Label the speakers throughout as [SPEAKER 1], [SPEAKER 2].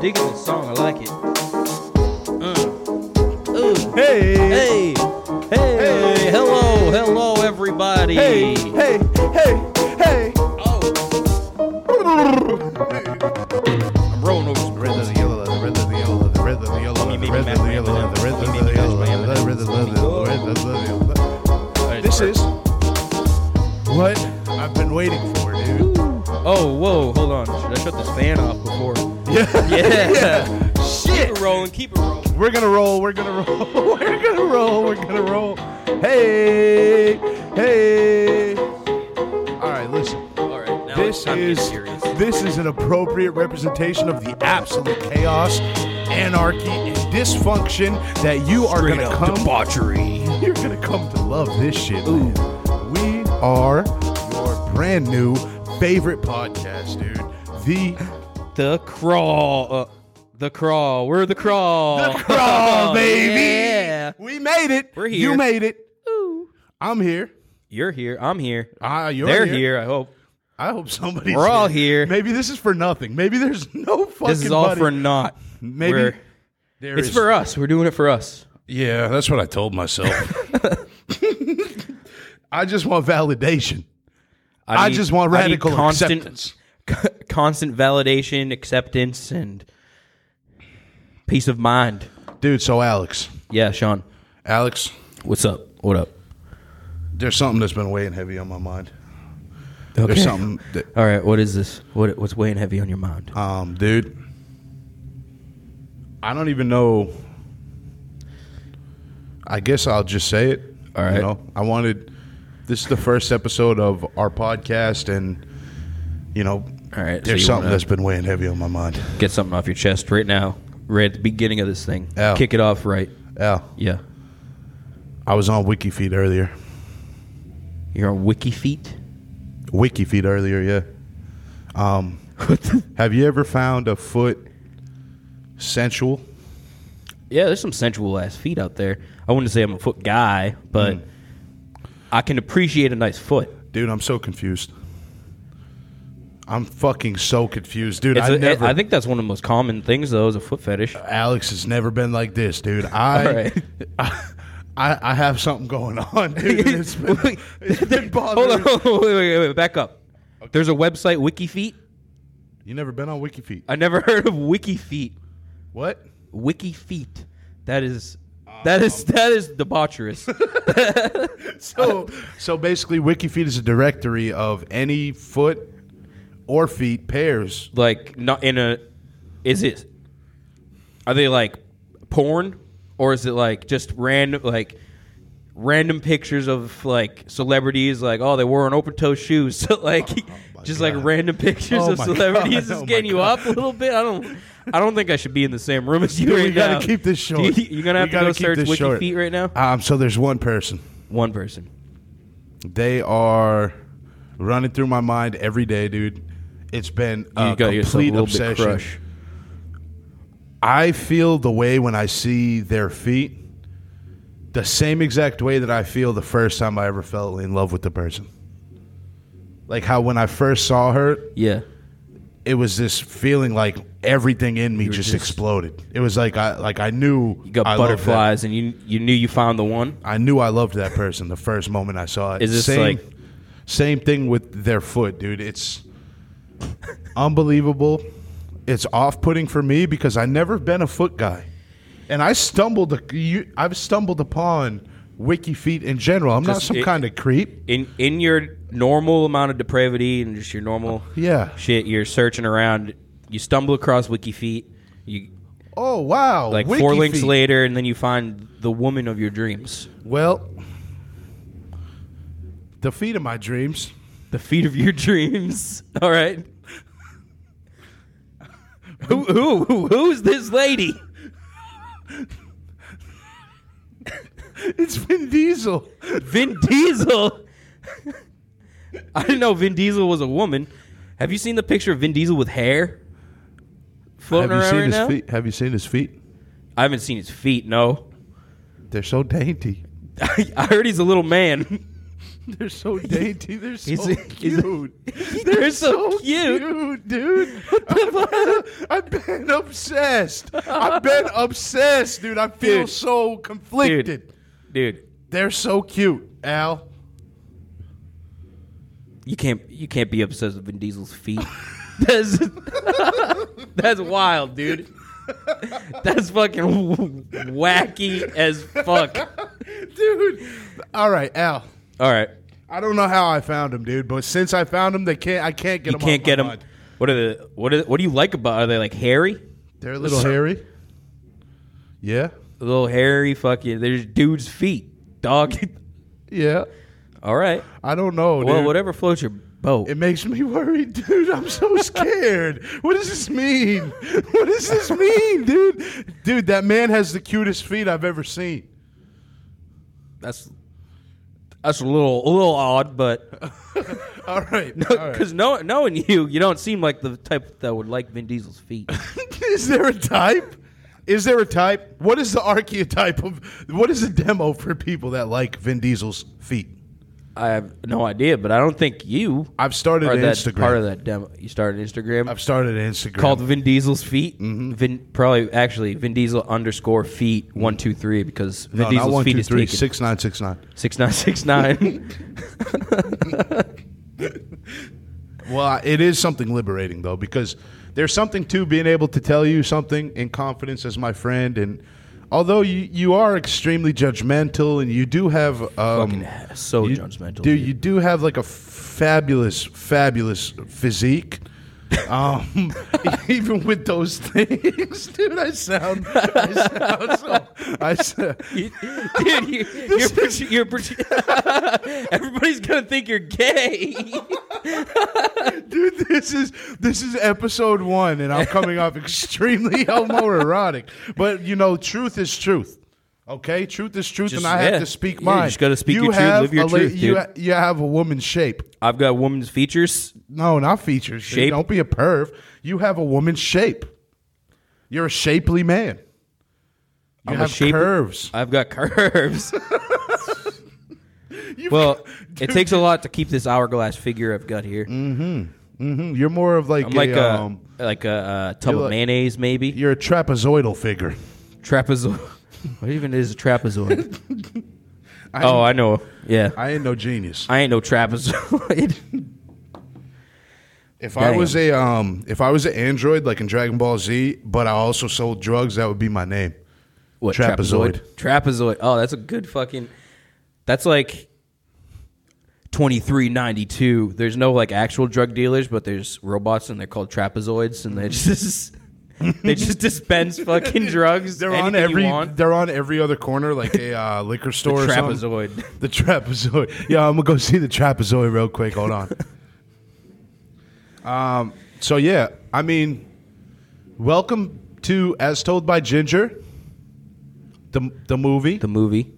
[SPEAKER 1] digging this song. I like it. Mm. Ooh.
[SPEAKER 2] Hey.
[SPEAKER 1] Hey. Hey.
[SPEAKER 2] Hey.
[SPEAKER 1] Hello. Hello, everybody.
[SPEAKER 2] Hey. Hey. Hey. Hey.
[SPEAKER 1] Oh. I'm rolling over some
[SPEAKER 2] Red
[SPEAKER 1] rhythm.
[SPEAKER 2] of the yellow, the red of the yellow, the red of the yellow, the red of the yellow, the red of the yellow, the red of the yellow, the red of the yellow. This is what I've been waiting for, dude.
[SPEAKER 1] Oh, whoa. Hold on. Should I shut this fan off before?
[SPEAKER 2] Yeah.
[SPEAKER 1] Yeah. Keep
[SPEAKER 2] Shit.
[SPEAKER 1] it rolling. Keep it rolling.
[SPEAKER 2] We're gonna roll. We're gonna roll. We're gonna roll. We're gonna roll. Hey. Hey. All right, listen.
[SPEAKER 1] All right. Now
[SPEAKER 2] This
[SPEAKER 1] I'm
[SPEAKER 2] is
[SPEAKER 1] getting serious.
[SPEAKER 2] this is an appropriate representation of the absolute chaos, anarchy, and dysfunction that you are
[SPEAKER 1] Straight
[SPEAKER 2] gonna
[SPEAKER 1] up
[SPEAKER 2] come.
[SPEAKER 1] debauchery.
[SPEAKER 2] You're gonna come to love this shit. man. We are your brand new favorite podcast, dude. The
[SPEAKER 1] The crawl. Uh, the crawl. We're the crawl.
[SPEAKER 2] The Crawl, baby.
[SPEAKER 1] Oh, Yeah.
[SPEAKER 2] We made it.
[SPEAKER 1] We're
[SPEAKER 2] You
[SPEAKER 1] here.
[SPEAKER 2] made it. I'm here.
[SPEAKER 1] You're here. I'm here.
[SPEAKER 2] Ah, you're
[SPEAKER 1] They're here. I hope.
[SPEAKER 2] I hope somebody's
[SPEAKER 1] We're all here.
[SPEAKER 2] Maybe this is for nothing. Maybe there's no fucking
[SPEAKER 1] This is all
[SPEAKER 2] buddy.
[SPEAKER 1] for naught.
[SPEAKER 2] Maybe
[SPEAKER 1] We're-
[SPEAKER 2] there
[SPEAKER 1] it's
[SPEAKER 2] is-
[SPEAKER 1] for us. We're doing it for us.
[SPEAKER 2] Yeah, that's what I told myself. I just want validation. I
[SPEAKER 1] need-
[SPEAKER 2] just want
[SPEAKER 1] I need
[SPEAKER 2] radical
[SPEAKER 1] constant,
[SPEAKER 2] acceptance.
[SPEAKER 1] constant validation, acceptance, and peace of mind.
[SPEAKER 2] Dude, so Alex.
[SPEAKER 1] Yeah, Sean.
[SPEAKER 2] Alex,
[SPEAKER 1] What's up? What up?
[SPEAKER 2] there's something that's been weighing heavy on my mind.
[SPEAKER 1] Okay.
[SPEAKER 2] There's something that
[SPEAKER 1] All right. What is this? What What's weighing heavy on your mind?
[SPEAKER 2] um dude. I don't even know. I guess I'll just say it.
[SPEAKER 1] All right.
[SPEAKER 2] You know, I wanted this is the first episode of our podcast and you know
[SPEAKER 1] All right. so
[SPEAKER 2] there's
[SPEAKER 1] you
[SPEAKER 2] something
[SPEAKER 1] wanna
[SPEAKER 2] that's been weighing heavy on my mind.
[SPEAKER 1] get something off your chest right now, right at the beginning of this thing.
[SPEAKER 2] Oh.
[SPEAKER 1] Kick it off right.
[SPEAKER 2] Yeah.
[SPEAKER 1] Yeah.
[SPEAKER 2] I was on WikiFeed earlier.
[SPEAKER 1] You're on Wiki Feet.
[SPEAKER 2] WikiFeed earlier, yeah. Um, have you ever found a foot sensual?
[SPEAKER 1] Yeah, there's some sensual ass feet out there. I wouldn't say I'm a foot guy, but
[SPEAKER 2] Hmm.
[SPEAKER 1] I can appreciate a nice foot.
[SPEAKER 2] Dude, I'm so confused. I'm fucking so confused, dude.
[SPEAKER 1] It's
[SPEAKER 2] I
[SPEAKER 1] a-
[SPEAKER 2] never.
[SPEAKER 1] I think that's one of the most common things, though, is a foot fetish.
[SPEAKER 2] Alex has never been like this, dude. I,
[SPEAKER 1] All right.
[SPEAKER 2] I, I have something going on, dude. It's been, it's been
[SPEAKER 1] Hold
[SPEAKER 2] bothering.
[SPEAKER 1] on, wait, wait, wait, wait, back up. There's a website, WikiFeet.
[SPEAKER 2] You never been on WikiFeed?
[SPEAKER 1] I never heard of WikiFeet.
[SPEAKER 2] What?
[SPEAKER 1] WikiFeet. That is
[SPEAKER 2] Uh,
[SPEAKER 1] that is
[SPEAKER 2] um,
[SPEAKER 1] that is debaucherous.
[SPEAKER 2] So, so basically, WikiFeed is a directory of any foot or feet pairs.
[SPEAKER 1] like not in a. Is it? Are they like porn, or is it like just random like? Random pictures of like celebrities, like oh they wore an open toe shoes, so like just like
[SPEAKER 2] Oh God.
[SPEAKER 1] random pictures
[SPEAKER 2] Oh
[SPEAKER 1] of
[SPEAKER 2] my
[SPEAKER 1] celebrities
[SPEAKER 2] God.
[SPEAKER 1] is
[SPEAKER 2] Oh my
[SPEAKER 1] getting you
[SPEAKER 2] God.
[SPEAKER 1] up a little bit. I don't, I don't think I should be in the same room as you
[SPEAKER 2] Dude,
[SPEAKER 1] right
[SPEAKER 2] we gotta
[SPEAKER 1] now.
[SPEAKER 2] keep this
[SPEAKER 1] Do
[SPEAKER 2] short.
[SPEAKER 1] You, are gonna
[SPEAKER 2] We
[SPEAKER 1] have
[SPEAKER 2] gotta
[SPEAKER 1] to go
[SPEAKER 2] keep
[SPEAKER 1] search
[SPEAKER 2] this
[SPEAKER 1] Wiki
[SPEAKER 2] short.
[SPEAKER 1] Feet right now.
[SPEAKER 2] Um, so there's one person.
[SPEAKER 1] One person.
[SPEAKER 2] They are running through my mind every day, dude. It's been
[SPEAKER 1] You
[SPEAKER 2] a
[SPEAKER 1] got yourself a
[SPEAKER 2] complete
[SPEAKER 1] little bit
[SPEAKER 2] obsession.
[SPEAKER 1] crush.
[SPEAKER 2] I feel the way when I see their feet, the same exact way that I feel the first time I ever fell in love with the person. Like how when I first saw her,
[SPEAKER 1] Yeah.
[SPEAKER 2] it was this feeling like everything in me
[SPEAKER 1] were
[SPEAKER 2] just,
[SPEAKER 1] just-
[SPEAKER 2] exploded. It was like I like I knew
[SPEAKER 1] You got
[SPEAKER 2] I loved that-
[SPEAKER 1] butterflies, and you you knew you found the one.
[SPEAKER 2] I knew I loved that person the first moment I saw it.
[SPEAKER 1] Is this
[SPEAKER 2] same,
[SPEAKER 1] like-
[SPEAKER 2] same thing with their foot, dude? It's unbelievable. It's off-putting for me because I've never been a foot guy, and I stumbled. You, I've stumbled upon wiki feet in general. I'm not
[SPEAKER 1] Just
[SPEAKER 2] some
[SPEAKER 1] it-
[SPEAKER 2] kind of creep.
[SPEAKER 1] In in your normal amount of depravity and just your normal
[SPEAKER 2] Yeah.
[SPEAKER 1] shit, you're searching around. You stumble across Wiki Feet. You
[SPEAKER 2] Oh wow!
[SPEAKER 1] like four
[SPEAKER 2] Wiki
[SPEAKER 1] links
[SPEAKER 2] feet.
[SPEAKER 1] later, and then you find the woman of your dreams,
[SPEAKER 2] Well, the feet of my dreams.
[SPEAKER 1] the feet of your dreams. All right. who, who who who's this lady?
[SPEAKER 2] It's Vin Diesel.
[SPEAKER 1] Vin Diesel. I didn't know Vin Diesel was a woman. Have you seen the picture of Vin Diesel with hair floating
[SPEAKER 2] Have you
[SPEAKER 1] around
[SPEAKER 2] seen
[SPEAKER 1] right
[SPEAKER 2] his
[SPEAKER 1] now?
[SPEAKER 2] feet? Have you seen his feet?
[SPEAKER 1] I haven't seen his feet. No,
[SPEAKER 2] They're so dainty.
[SPEAKER 1] I, I heard he's a little man.
[SPEAKER 2] They're so dainty. They're so
[SPEAKER 1] He's- he's-
[SPEAKER 2] cute.
[SPEAKER 1] They're so cute.
[SPEAKER 2] dude. I've been, I've been obsessed. I've been obsessed, dude. I feel
[SPEAKER 1] Dude.
[SPEAKER 2] so conflicted.
[SPEAKER 1] dude, dude,
[SPEAKER 2] They're so cute, Al.
[SPEAKER 1] you can't you can't be obsessed with Vin Diesel's feet. That's that's wild, dude. That's fucking wacky as fuck.
[SPEAKER 2] Dude. All right, Al.
[SPEAKER 1] All right,
[SPEAKER 2] I don't know how I found him, dude, but since I found him, they can't. I can't get
[SPEAKER 1] you
[SPEAKER 2] him.
[SPEAKER 1] can't
[SPEAKER 2] off
[SPEAKER 1] get
[SPEAKER 2] my
[SPEAKER 1] them.
[SPEAKER 2] mind.
[SPEAKER 1] What are the what are, what do you like about? Are they like hairy?
[SPEAKER 2] They're a little hairy. Yeah.
[SPEAKER 1] Little hairy fucking. There's dude's feet, dog.
[SPEAKER 2] Yeah.
[SPEAKER 1] All right.
[SPEAKER 2] I don't know.
[SPEAKER 1] Well,
[SPEAKER 2] dude.
[SPEAKER 1] whatever floats your boat.
[SPEAKER 2] It makes me worried, dude. I'm so scared. what does this mean? What does this mean, dude? Dude, that man has the cutest feet I've ever seen.
[SPEAKER 1] That's that's a little a little odd, but
[SPEAKER 2] All right. all right.
[SPEAKER 1] because know knowing you, you don't seem like the type that would like Vin Diesel's feet.
[SPEAKER 2] is there a type? Is there a type? What is the archetype of what is the demo for people that like Vin Diesel's feet?
[SPEAKER 1] I have no idea, but I don't think you
[SPEAKER 2] I've started
[SPEAKER 1] are
[SPEAKER 2] an
[SPEAKER 1] that
[SPEAKER 2] Instagram.
[SPEAKER 1] part of that demo. You started an Instagram
[SPEAKER 2] I've started an Instagram.
[SPEAKER 1] called Vin Diesel's feet. Vin, probably actually Vin Diesel underscore feet one two three because Vin
[SPEAKER 2] no,
[SPEAKER 1] Diesel's
[SPEAKER 2] not one,
[SPEAKER 1] feet
[SPEAKER 2] two,
[SPEAKER 1] is
[SPEAKER 2] three,
[SPEAKER 1] taken.
[SPEAKER 2] six, nine, six, nine.
[SPEAKER 1] Six nine six nine.
[SPEAKER 2] Well, it is something liberating though, because there's something to being able to tell you something in confidence as my friend. And although you, you are extremely judgmental, and you do have um,
[SPEAKER 1] Fucking so
[SPEAKER 2] you-
[SPEAKER 1] judgmental,
[SPEAKER 2] dude,
[SPEAKER 1] dude.
[SPEAKER 2] you do have like a fabulous, fabulous physique. Um, even with those things, dude, I sound, I sound so, I sound,
[SPEAKER 1] You- Dude, you, you're, pretty, you're pretty, everybody's gonna think you're gay.
[SPEAKER 2] Dude, this is this is episode one, and I'm coming off extremely homoerotic. But you know, truth is truth. Okay, truth is truth,
[SPEAKER 1] Just-
[SPEAKER 2] and I
[SPEAKER 1] yeah.
[SPEAKER 2] have to speak
[SPEAKER 1] Yeah, you
[SPEAKER 2] mine.
[SPEAKER 1] just gotta speak your truth, live your
[SPEAKER 2] a la-
[SPEAKER 1] truth,
[SPEAKER 2] You,
[SPEAKER 1] dude.
[SPEAKER 2] ha- you have a woman's shape.
[SPEAKER 1] I've got woman's features.
[SPEAKER 2] No, not features. dude.
[SPEAKER 1] Shape?
[SPEAKER 2] Don't be a perv. You have a woman's shape. You're a shapely man. You
[SPEAKER 1] I'm a
[SPEAKER 2] have
[SPEAKER 1] shape-
[SPEAKER 2] curves.
[SPEAKER 1] I've got curves. uh, well, it takes a lot to keep this hourglass figure I've got here.
[SPEAKER 2] Mhm, You're more of like
[SPEAKER 1] I'm like
[SPEAKER 2] a,
[SPEAKER 1] a
[SPEAKER 2] Mm, um,
[SPEAKER 1] like a uh, tub
[SPEAKER 2] you're
[SPEAKER 1] of
[SPEAKER 2] like-
[SPEAKER 1] mayonnaise, maybe
[SPEAKER 2] you're a trapezoidal figure.
[SPEAKER 1] trapezoid. what even is a trapezoid?
[SPEAKER 2] I
[SPEAKER 1] oh,
[SPEAKER 2] ain't-
[SPEAKER 1] I know. Yeah,
[SPEAKER 2] I ain't no genius.
[SPEAKER 1] I ain't no trapezoid.
[SPEAKER 2] If I
[SPEAKER 1] Dang.
[SPEAKER 2] was a um, if I was an android like in Dragon Ball Z, but I also sold drugs, that would be my name.
[SPEAKER 1] what trapezoid? Trapezoid. Oh, that's a good fucking. That's like. 2392 there's no like actual drug dealers but there's robots and they're called trapezoids and they just they just dispense fucking drugs
[SPEAKER 2] They're on
[SPEAKER 1] anything
[SPEAKER 2] every
[SPEAKER 1] you want.
[SPEAKER 2] they're on every other corner, like a uh, liquor store. or something.
[SPEAKER 1] trapezoid.
[SPEAKER 2] The trapezoid. Yeah, I'm gonna go see the trapezoid real quick. Hold on. um. So yeah, I mean, welcome to As Told by Ginger, the the movie.
[SPEAKER 1] the movie,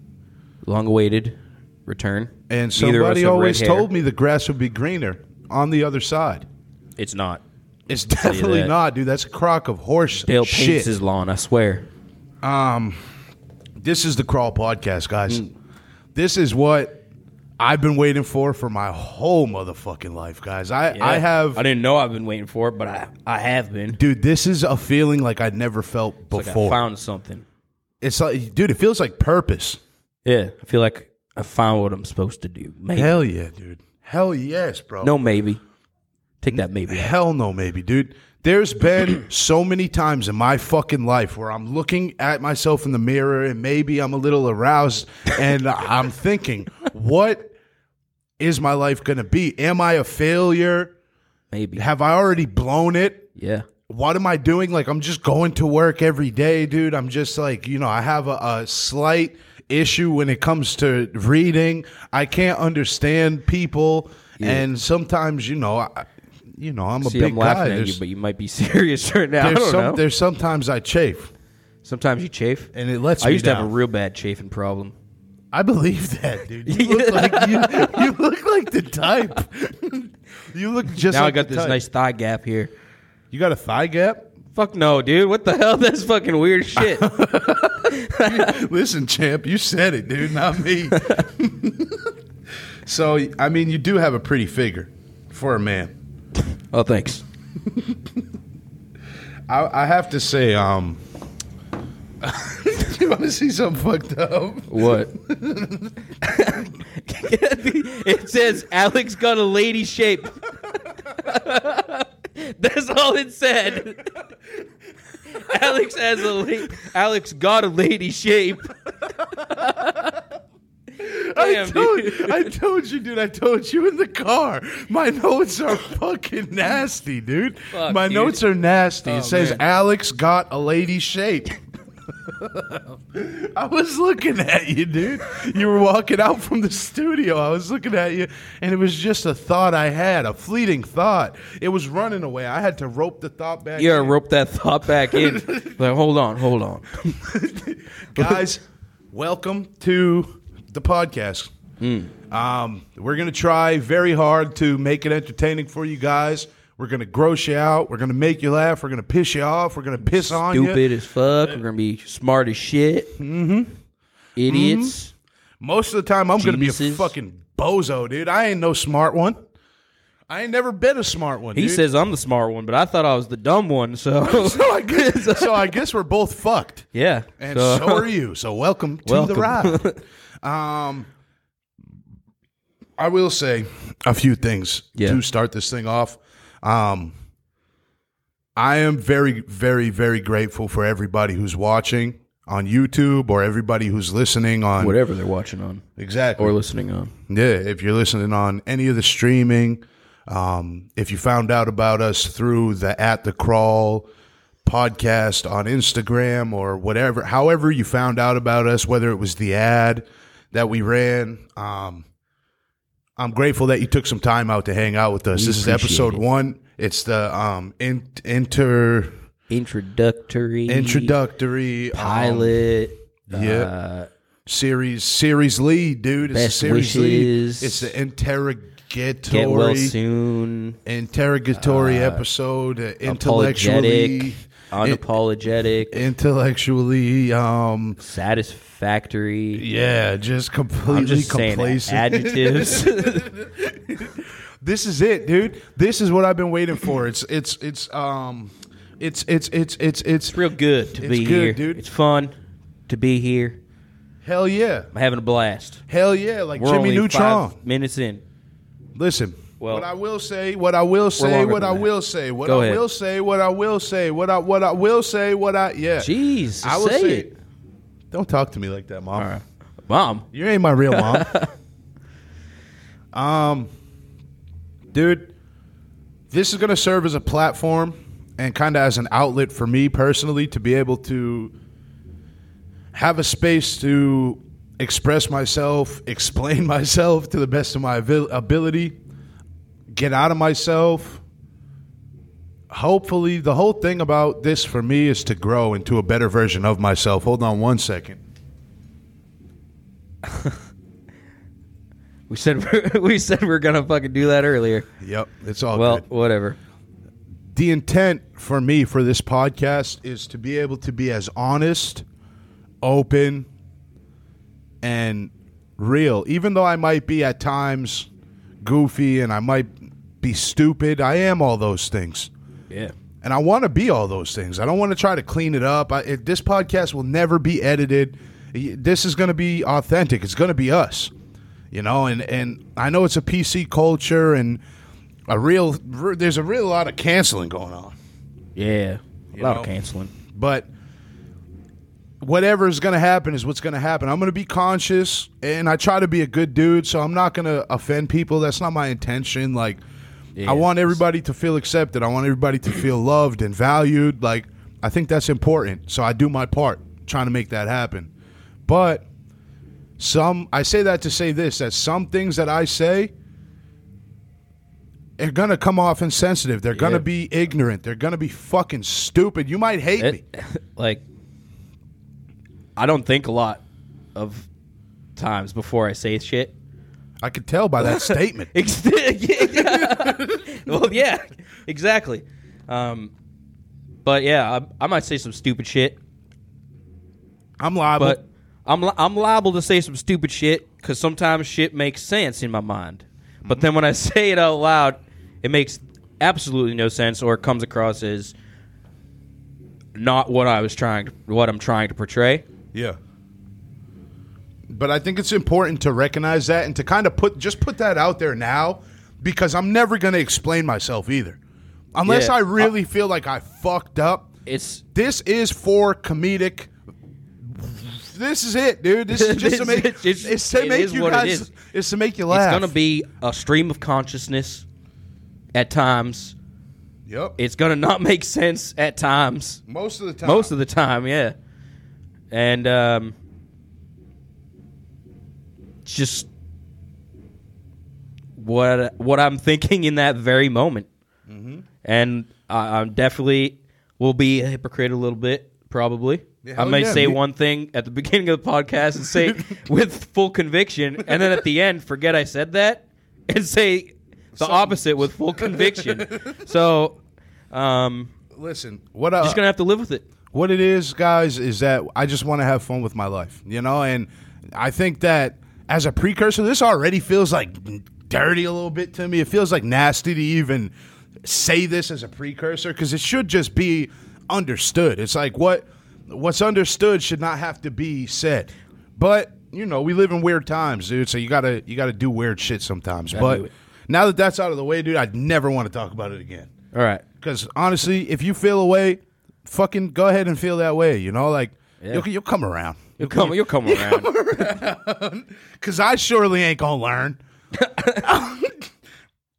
[SPEAKER 1] long awaited return.
[SPEAKER 2] and
[SPEAKER 1] Neither of us
[SPEAKER 2] somebody
[SPEAKER 1] have red
[SPEAKER 2] always
[SPEAKER 1] hair.
[SPEAKER 2] told me the grass would be greener on the other side.
[SPEAKER 1] it's not.
[SPEAKER 2] It's
[SPEAKER 1] you
[SPEAKER 2] definitely
[SPEAKER 1] that.
[SPEAKER 2] not, dude. That's a crock of horse
[SPEAKER 1] Dale
[SPEAKER 2] shit.
[SPEAKER 1] paints his lawn. I swear.
[SPEAKER 2] this is the Crawl Podcast, guys.
[SPEAKER 1] Mm.
[SPEAKER 2] This is what I've been waiting for for my whole motherfucking life, guys. I, I have,
[SPEAKER 1] I didn't know I've been waiting for it, but I I have been.
[SPEAKER 2] dude. This is a feeling like I'd never felt
[SPEAKER 1] Like I
[SPEAKER 2] before.
[SPEAKER 1] found something.
[SPEAKER 2] it's like, dude, it feels like purpose.
[SPEAKER 1] Yeah, I feel like I found what I'm supposed to do. Maybe.
[SPEAKER 2] Hell yeah, dude. Hell yes, bro.
[SPEAKER 1] no, maybe. Take that, maybe.
[SPEAKER 2] Hell no, maybe, dude. There's been so many times in my fucking life where I'm looking at myself in the mirror and maybe I'm a little aroused and I'm thinking, what is my life going to be? Am I a failure?
[SPEAKER 1] Maybe.
[SPEAKER 2] Have I already blown it?
[SPEAKER 1] Yeah.
[SPEAKER 2] What am I doing? Like, I'm just going to work every day, dude. I'm just like, you know, I have a, a slight issue when it comes to reading. I can't understand people. And sometimes, you know, I, you know, I'm a
[SPEAKER 1] See,
[SPEAKER 2] big
[SPEAKER 1] I'm laughing
[SPEAKER 2] guy.
[SPEAKER 1] at
[SPEAKER 2] There's,
[SPEAKER 1] you, but you might be serious right now. I
[SPEAKER 2] there's
[SPEAKER 1] don't
[SPEAKER 2] some-
[SPEAKER 1] know.
[SPEAKER 2] there's sometimes I chafe
[SPEAKER 1] Sometimes you chafe.
[SPEAKER 2] and it lets
[SPEAKER 1] I
[SPEAKER 2] me
[SPEAKER 1] used to have
[SPEAKER 2] down.
[SPEAKER 1] a real bad chafing problem.
[SPEAKER 2] I believe that, dude. You look like you, you look like the type. you look just
[SPEAKER 1] Now I
[SPEAKER 2] like
[SPEAKER 1] got
[SPEAKER 2] the
[SPEAKER 1] this
[SPEAKER 2] type.
[SPEAKER 1] nice thigh gap here.
[SPEAKER 2] You got a thigh gap?
[SPEAKER 1] Fuck no, dude. What the hell? That's fucking weird shit.
[SPEAKER 2] Listen, champ, you said it, dude, not me. So I mean, you do have a pretty figure for a man.
[SPEAKER 1] Oh, thanks.
[SPEAKER 2] I, I have to say, um, you want to see something fucked up?
[SPEAKER 1] What? it says Alex got a lady shape. That's all it said. Alex has a la- Alex got a lady shape.
[SPEAKER 2] I
[SPEAKER 1] Damn,
[SPEAKER 2] told,
[SPEAKER 1] dude.
[SPEAKER 2] I told you, dude. I told you in the car. My notes are fucking nasty, dude.
[SPEAKER 1] Fuck,
[SPEAKER 2] My
[SPEAKER 1] dude.
[SPEAKER 2] notes are nasty.
[SPEAKER 1] Oh,
[SPEAKER 2] it says
[SPEAKER 1] man.
[SPEAKER 2] Alex got a lady shape. I was looking at you, dude. You were walking out from the studio. I was looking at you, and it was just a thought I had, a fleeting thought. It was running away. I had to rope the thought back.
[SPEAKER 1] You gotta
[SPEAKER 2] in.
[SPEAKER 1] rope that thought back in. Like, hold on, hold on.
[SPEAKER 2] guys welcome to the podcast
[SPEAKER 1] Hmm.
[SPEAKER 2] um, we're going to try very hard to make it entertaining for you guys we're going to gross you out we're going to make you laugh we're going to piss you off we're going to piss on you
[SPEAKER 1] Stupid as fuck. We're gonna be smart as shit. Mm-hmm.
[SPEAKER 2] Mm-hmm.
[SPEAKER 1] Idiots.
[SPEAKER 2] most of the time i'm going to be a
[SPEAKER 1] Geniuses.
[SPEAKER 2] fucking bozo dude i ain't no smart one i ain't never been a smart one
[SPEAKER 1] He
[SPEAKER 2] dude.
[SPEAKER 1] says I'm the smart one, but I thought I was the dumb one. So
[SPEAKER 2] so I, guess, so I guess we're both fucked
[SPEAKER 1] yeah.
[SPEAKER 2] And so, are you. So welcome to the
[SPEAKER 1] Welcome.
[SPEAKER 2] ride. um, I will say a few things
[SPEAKER 1] Yeah.
[SPEAKER 2] to start this thing off. Um, I am very, very, very grateful for everybody who's watching on YouTube or everybody who's listening on
[SPEAKER 1] whatever they're watching on
[SPEAKER 2] Exactly.
[SPEAKER 1] or listening on.
[SPEAKER 2] Yeah, if you're listening on any of the streaming, um, if you found out about us through the At the Crawl podcast on Instagram or whatever, however you found out about us, whether it was the ad that we ran, um, I'm grateful that you took some time out to hang out with us. this is
[SPEAKER 1] appreciate
[SPEAKER 2] episode
[SPEAKER 1] it.
[SPEAKER 2] one. It's the um, in, inter
[SPEAKER 1] Introductory
[SPEAKER 2] introductory um,
[SPEAKER 1] pilot.
[SPEAKER 2] yeah.
[SPEAKER 1] Uh,
[SPEAKER 2] series series lead, dude. It's the
[SPEAKER 1] Best
[SPEAKER 2] series
[SPEAKER 1] wishes.
[SPEAKER 2] lead. It's the interrogatory
[SPEAKER 1] get well soon.
[SPEAKER 2] interrogatory episode. Uh, intellectually,
[SPEAKER 1] apologetic, unapologetic,
[SPEAKER 2] intellectually. Um,
[SPEAKER 1] satisfactory.
[SPEAKER 2] yeah, just completely
[SPEAKER 1] I'm just saying
[SPEAKER 2] complacent.
[SPEAKER 1] adjectives.
[SPEAKER 2] this is it, dude. This is what I've been waiting for. It's it's it's um, it's it's it's it's it's
[SPEAKER 1] Real good to
[SPEAKER 2] It's
[SPEAKER 1] be
[SPEAKER 2] good,
[SPEAKER 1] here,
[SPEAKER 2] dude.
[SPEAKER 1] It's fun to be here.
[SPEAKER 2] hell yeah,
[SPEAKER 1] I'm having a blast.
[SPEAKER 2] hell yeah. Like
[SPEAKER 1] We're
[SPEAKER 2] Jimmy
[SPEAKER 1] only
[SPEAKER 2] Neutron.
[SPEAKER 1] five minutes in.
[SPEAKER 2] Listen.
[SPEAKER 1] Well-
[SPEAKER 2] what I will say, what I will say,
[SPEAKER 1] longer
[SPEAKER 2] what
[SPEAKER 1] than
[SPEAKER 2] I
[SPEAKER 1] that.
[SPEAKER 2] will say, what
[SPEAKER 1] Go
[SPEAKER 2] I
[SPEAKER 1] ahead.
[SPEAKER 2] will say, what I will say, what I what I will say, what I yeah.
[SPEAKER 1] Jeez,
[SPEAKER 2] I will
[SPEAKER 1] say,
[SPEAKER 2] say
[SPEAKER 1] it,
[SPEAKER 2] Don't talk to me like that, mom.
[SPEAKER 1] mom.
[SPEAKER 2] You ain't my real mom. um, dude, this is going to serve as a platform and kind of as an outlet for me personally to be able to have a space to express myself, explain myself to the best of my abil- ability, get out of myself. Hopefully, the whole thing about this for me is to grow into a better version of myself. Hold on one second.
[SPEAKER 1] We said we're, we said we are gonna fucking do that earlier.
[SPEAKER 2] Yep, it's all
[SPEAKER 1] well,
[SPEAKER 2] good.
[SPEAKER 1] whatever.
[SPEAKER 2] the intent for me for this podcast is to be able to be as honest, open, and real. Even though I might be at times goofy and I might be stupid, I am all those things.
[SPEAKER 1] Yeah.
[SPEAKER 2] And I want to be all those things. I don't want to try to clean it up. I, it, this podcast will never be edited. Y- This is going to be authentic. It's going to be us, you know. And and I know it's a PC culture and a real. r- There's a real lot of canceling going on.
[SPEAKER 1] Yeah. A
[SPEAKER 2] You
[SPEAKER 1] lot
[SPEAKER 2] know?
[SPEAKER 1] of canceling.
[SPEAKER 2] but whatever is going to happen is what's going to happen. I'm going to be conscious and I try to be a good dude, so I'm not going to offend people. That's not my intention. Like
[SPEAKER 1] Yeah.
[SPEAKER 2] I want everybody to feel accepted. I want everybody to feel loved and valued. Like I think that's important. So I do my part trying to make that happen. But some I say that to say this that some things that I say are going to come off insensitive. They're going
[SPEAKER 1] Yeah.
[SPEAKER 2] to be ignorant. They're going to be fucking stupid. You might hate me.
[SPEAKER 1] It, like, I don't think a lot of times before I say shit.
[SPEAKER 2] I could tell by that statement.
[SPEAKER 1] Ex- yeah. well, yeah, exactly. Um, but yeah, I, I might say some stupid shit,
[SPEAKER 2] I'm liable.
[SPEAKER 1] but I'm li- I'm liable to say some stupid shit because sometimes shit makes sense in my mind, but then when I say it out loud, it makes absolutely no sense or it comes across as not what I was trying, what I'm trying to portray.
[SPEAKER 2] Yeah. But I think it's important to recognize that and to kind of put just put that out there now because I'm never going to explain myself either. Unless
[SPEAKER 1] Yeah.
[SPEAKER 2] I really feel like I fucked up.
[SPEAKER 1] It's
[SPEAKER 2] This is for comedic This is it, dude. This is just to
[SPEAKER 1] This-
[SPEAKER 2] make it's,
[SPEAKER 1] it's-
[SPEAKER 2] to
[SPEAKER 1] it
[SPEAKER 2] make
[SPEAKER 1] is
[SPEAKER 2] you
[SPEAKER 1] what it
[SPEAKER 2] guys
[SPEAKER 1] is.
[SPEAKER 2] it's to make you laugh.
[SPEAKER 1] it's gonna be a stream of consciousness at times.
[SPEAKER 2] Yep.
[SPEAKER 1] It's gonna not make sense at times.
[SPEAKER 2] most of the time.
[SPEAKER 1] Most of the time, yeah. And um, it's just what what I'm thinking in that very moment,
[SPEAKER 2] Mm-hmm.
[SPEAKER 1] and I, I'm definitely will be a hypocrite a little bit, probably.
[SPEAKER 2] Yeah,
[SPEAKER 1] I
[SPEAKER 2] hell
[SPEAKER 1] may
[SPEAKER 2] yeah,
[SPEAKER 1] say
[SPEAKER 2] me-
[SPEAKER 1] one thing at the beginning of the podcast and say it with full conviction, and then at the end forget I said that and say the
[SPEAKER 2] Something-
[SPEAKER 1] opposite with full conviction. so, um,
[SPEAKER 2] Listen, what uh, I,
[SPEAKER 1] just gonna have to live with it.
[SPEAKER 2] what it is, guys, is that I just want to have fun with my life, you know, and I think that as a precursor, this already feels like dirty a little bit to me. It feels like nasty to even say this as a precursor because it should just be understood. It's like what what's understood should not have to be said, but you know, we live in weird times, dude. So you gotta you gotta do weird shit sometimes.
[SPEAKER 1] do
[SPEAKER 2] But
[SPEAKER 1] it.
[SPEAKER 2] now that that's out of the way, dude, I never want to talk about it again.
[SPEAKER 1] All right.
[SPEAKER 2] Because honestly, if you feel a way, fucking go ahead and feel that way. You know, like
[SPEAKER 1] Yeah.
[SPEAKER 2] you'll, you'll come around.
[SPEAKER 1] You'll come. You'll come around.
[SPEAKER 2] Because I surely ain't gonna learn.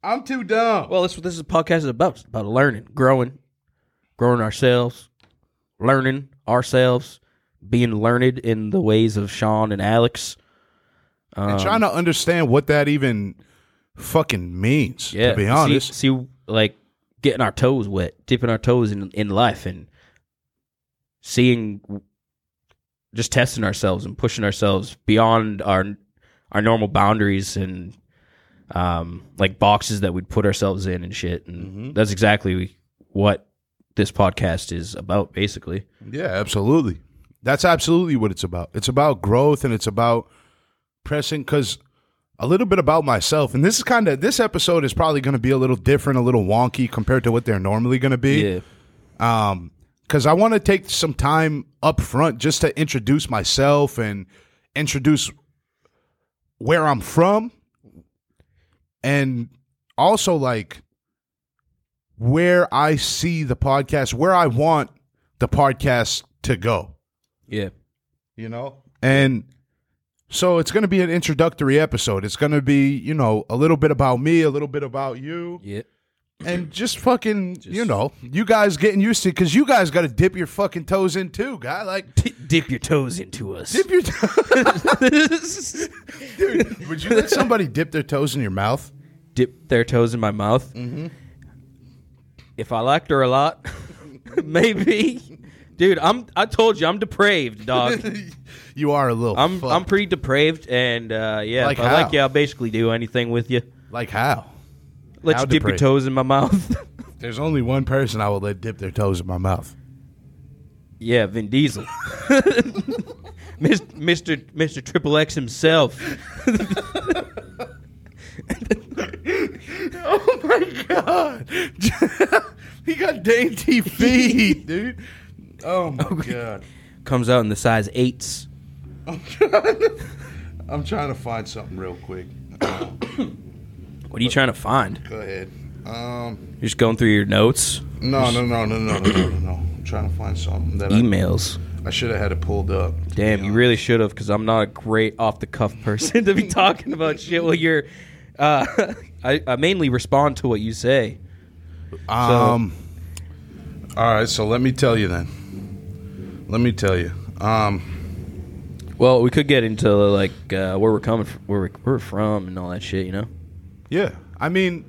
[SPEAKER 2] I'm too dumb.
[SPEAKER 1] well, that's what this is podcast is about. It's about learning, growing, growing ourselves, learning ourselves, being learned in the ways of Sean and Alex.
[SPEAKER 2] and trying to understand what that even fucking means.
[SPEAKER 1] Yeah.
[SPEAKER 2] to be
[SPEAKER 1] see-
[SPEAKER 2] honest,
[SPEAKER 1] see, like getting our toes wet, dipping our toes in in life, and seeing, just testing ourselves and pushing ourselves beyond our our normal boundaries and um like boxes that we'd put ourselves in and shit. And
[SPEAKER 2] Mm-hmm.
[SPEAKER 1] that's exactly what this podcast is about, basically.
[SPEAKER 2] yeah, absolutely. That's absolutely what it's about. It's about growth and it's about pressing. Because a little bit about myself, and this is kind of this episode is probably going to be a little different, a little wonky compared to what they're normally going to be. um because i want to take some time up front just to introduce myself and introduce where i'm from and also like where i see the podcast where i want the podcast to go
[SPEAKER 1] yeah.
[SPEAKER 2] you know and so it's going to be an introductory episode it's going to be you know a little bit about me a little bit about you
[SPEAKER 1] Yeah.
[SPEAKER 2] and just fucking, you know, you guys getting used to it because you guys got to dip your fucking toes in too, guy. Like,
[SPEAKER 1] dip your toes into us.
[SPEAKER 2] dip your dude. Would you let somebody dip their toes in your mouth?
[SPEAKER 1] dip their toes in my mouth.
[SPEAKER 2] Mm-hmm.
[SPEAKER 1] If I liked her a lot, maybe. Dude, I'm. I told you, I'm depraved, dog.
[SPEAKER 2] You are a little.
[SPEAKER 1] I'm.
[SPEAKER 2] fuck.
[SPEAKER 1] I'm pretty depraved, and uh, yeah,
[SPEAKER 2] Like
[SPEAKER 1] if I
[SPEAKER 2] how?
[SPEAKER 1] like you, I'll basically do anything with you.
[SPEAKER 2] like how?
[SPEAKER 1] Let
[SPEAKER 2] How
[SPEAKER 1] you dip
[SPEAKER 2] depraved?
[SPEAKER 1] your toes in my mouth.
[SPEAKER 2] There's only one person I will let dip their toes in my mouth.
[SPEAKER 1] yeah, Vin Diesel, Mister Mister Triple X himself.
[SPEAKER 2] Oh my god, he got dainty feet, dude. Oh my god,
[SPEAKER 1] comes out in the size eights.
[SPEAKER 2] I'm trying. To, I'm trying to find something real quick.
[SPEAKER 1] What are you trying to find?
[SPEAKER 2] Go ahead. Um,
[SPEAKER 1] You're just going through your notes,
[SPEAKER 2] no, no, no, no, no, no, no, no. I'm trying to find something that I
[SPEAKER 1] emails.
[SPEAKER 2] I should have had it pulled up.
[SPEAKER 1] Damn, you really should have, because I'm not a great off the cuff person to be talking about shit while you're. Uh, I, I mainly respond to what you say.
[SPEAKER 2] Um. All right, so let me tell you then. Let me tell you. Um.
[SPEAKER 1] Well, we could get into like uh, where we're coming, from, where we, where we're from, and all that shit. You know.
[SPEAKER 2] Yeah, I mean,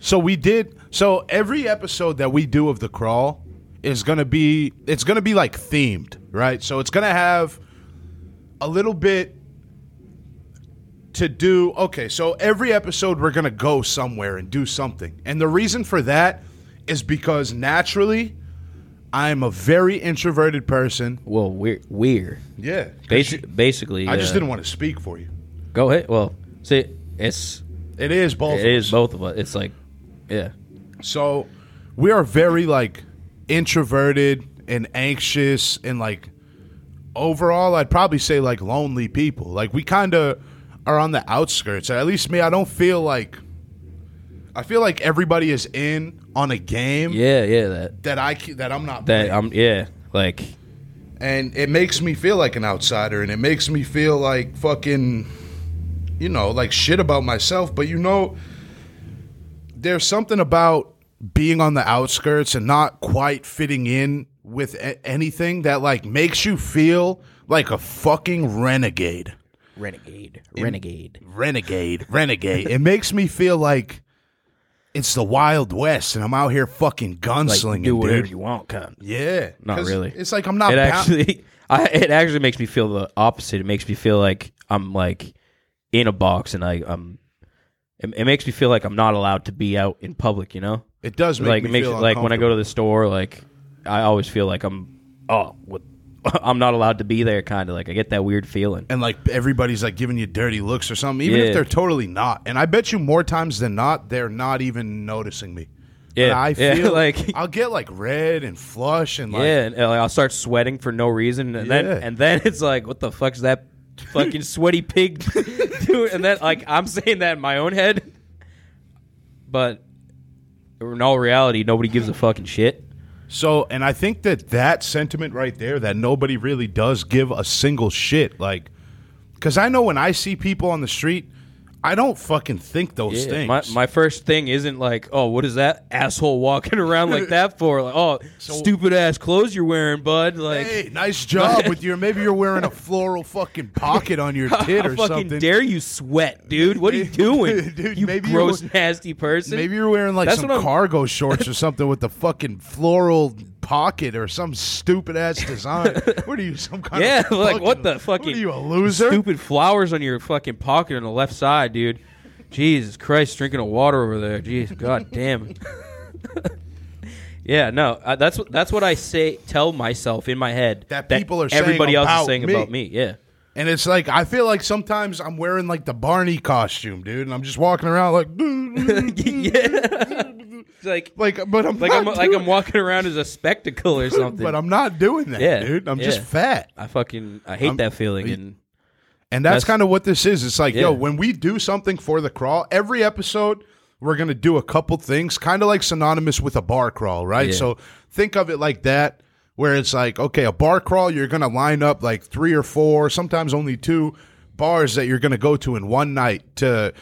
[SPEAKER 2] so we did. So every episode that we do of the crawl is gonna be it's gonna be like themed, right? So it's gonna have a little bit to do. Okay, so every episode we're gonna go somewhere and do something, and the reason for that is because naturally I'm a very introverted person.
[SPEAKER 1] Well, we're we're
[SPEAKER 2] Yeah.
[SPEAKER 1] Basi- basically.
[SPEAKER 2] I just
[SPEAKER 1] uh,
[SPEAKER 2] didn't want to speak for you.
[SPEAKER 1] go ahead. Well, see, it's
[SPEAKER 2] It is both. of
[SPEAKER 1] it is
[SPEAKER 2] us.
[SPEAKER 1] both of us. It's like, yeah,
[SPEAKER 2] So we are very like introverted and anxious and like overall I'd probably say like lonely people. Like we kind of are on the outskirts. At least me, I don't feel like I feel like everybody is in on a game
[SPEAKER 1] yeah, yeah. That
[SPEAKER 2] that I c- that I'm not
[SPEAKER 1] that
[SPEAKER 2] playing.
[SPEAKER 1] I'm yeah. Like
[SPEAKER 2] and it makes me feel like an outsider and it makes me feel like fucking you know like shit about myself but you know there's something about being on the outskirts and not quite fitting in with a- anything that like makes you feel like a fucking renegade
[SPEAKER 1] renegade, renegade.
[SPEAKER 2] renegade renegade it makes me feel like it's the wild west and i'm out here fucking
[SPEAKER 1] Like
[SPEAKER 2] gunslinging
[SPEAKER 1] do whatever
[SPEAKER 2] dude
[SPEAKER 1] you want, kind.
[SPEAKER 2] yeah
[SPEAKER 1] Not
[SPEAKER 2] 'Cause
[SPEAKER 1] really.
[SPEAKER 2] it's like i'm not
[SPEAKER 1] it
[SPEAKER 2] bound-
[SPEAKER 1] actually I, it actually makes me feel the opposite it makes me feel like i'm like in a box and i i'm it, it makes me feel like i'm not allowed to be out in public you know
[SPEAKER 2] it does make
[SPEAKER 1] like
[SPEAKER 2] me
[SPEAKER 1] it makes
[SPEAKER 2] feel
[SPEAKER 1] like when i
[SPEAKER 2] uncomfortable.
[SPEAKER 1] go to the store like i always feel like i'm oh what i'm not allowed to be there kind of like i get that weird feeling
[SPEAKER 2] and like everybody's like giving you dirty looks or something, even if
[SPEAKER 1] Yeah.
[SPEAKER 2] they're totally not. And I bet you more times than not, they're not even noticing me.
[SPEAKER 1] Yeah,
[SPEAKER 2] But I
[SPEAKER 1] yeah,
[SPEAKER 2] feel
[SPEAKER 1] like-
[SPEAKER 2] I'll get like red and flush and like
[SPEAKER 1] yeah and, and, like, i'll start sweating for no reason and then
[SPEAKER 2] Yeah.
[SPEAKER 1] and then it's like what the fuck's that fucking sweaty pig doing and then like i'm saying that in my own head but in all reality nobody gives a fucking shit
[SPEAKER 2] so. And I think that that sentiment right there, that nobody really does give a single shit, like because I know when I see people on the street, I don't fucking think those
[SPEAKER 1] Yeah,
[SPEAKER 2] things.
[SPEAKER 1] my, my first thing isn't like oh what is that asshole walking around like that for like oh stupid ass clothes you're wearing bud like
[SPEAKER 2] Hey, nice job with your. Maybe you're wearing a floral fucking pocket on your tit
[SPEAKER 1] how
[SPEAKER 2] or
[SPEAKER 1] fucking
[SPEAKER 2] something.
[SPEAKER 1] dare you sweat, dude? What are you doing,
[SPEAKER 2] Dude,
[SPEAKER 1] you
[SPEAKER 2] maybe you
[SPEAKER 1] gross,
[SPEAKER 2] were-
[SPEAKER 1] nasty person?
[SPEAKER 2] Maybe you're wearing like
[SPEAKER 1] That's
[SPEAKER 2] some
[SPEAKER 1] what I'm-
[SPEAKER 2] cargo shorts or something with the fucking floral pocket or some stupid ass design. what are you, some kind
[SPEAKER 1] Yeah,
[SPEAKER 2] of
[SPEAKER 1] like
[SPEAKER 2] fucking-
[SPEAKER 1] what the fucking?
[SPEAKER 2] What are you a loser?
[SPEAKER 1] Stupid flowers on your fucking pocket on the left side, dude. Jesus Christ, drinking a water over there. Jeez, god damn. yeah, no, I, that's what that's what I say. Tell myself in my head
[SPEAKER 2] That people are saying
[SPEAKER 1] everybody else
[SPEAKER 2] about
[SPEAKER 1] is saying
[SPEAKER 2] me.
[SPEAKER 1] about me. Yeah,
[SPEAKER 2] And it's like I feel like sometimes I'm wearing like the Barney costume, dude, and I'm just walking around like,
[SPEAKER 1] yeah. It's like
[SPEAKER 2] like, but I'm
[SPEAKER 1] like
[SPEAKER 2] not
[SPEAKER 1] I'm like I'm
[SPEAKER 2] doing-
[SPEAKER 1] walking around as a spectacle or something.
[SPEAKER 2] but I'm not doing that,
[SPEAKER 1] Yeah,
[SPEAKER 2] dude. I'm just
[SPEAKER 1] yeah.
[SPEAKER 2] fat.
[SPEAKER 1] I fucking I hate that feeling. And
[SPEAKER 2] And that's,
[SPEAKER 1] That's-
[SPEAKER 2] kind of what this is. It's like, yo,
[SPEAKER 1] Yeah.
[SPEAKER 2] when we do something for the crawl, every episode we're gonna do a couple things, kind of like synonymous with a bar crawl, right?
[SPEAKER 1] Yeah.
[SPEAKER 2] So think of it like that, where it's like, okay, a bar crawl, you're gonna line up like three or four, sometimes only two bars that you're gonna go to in one night to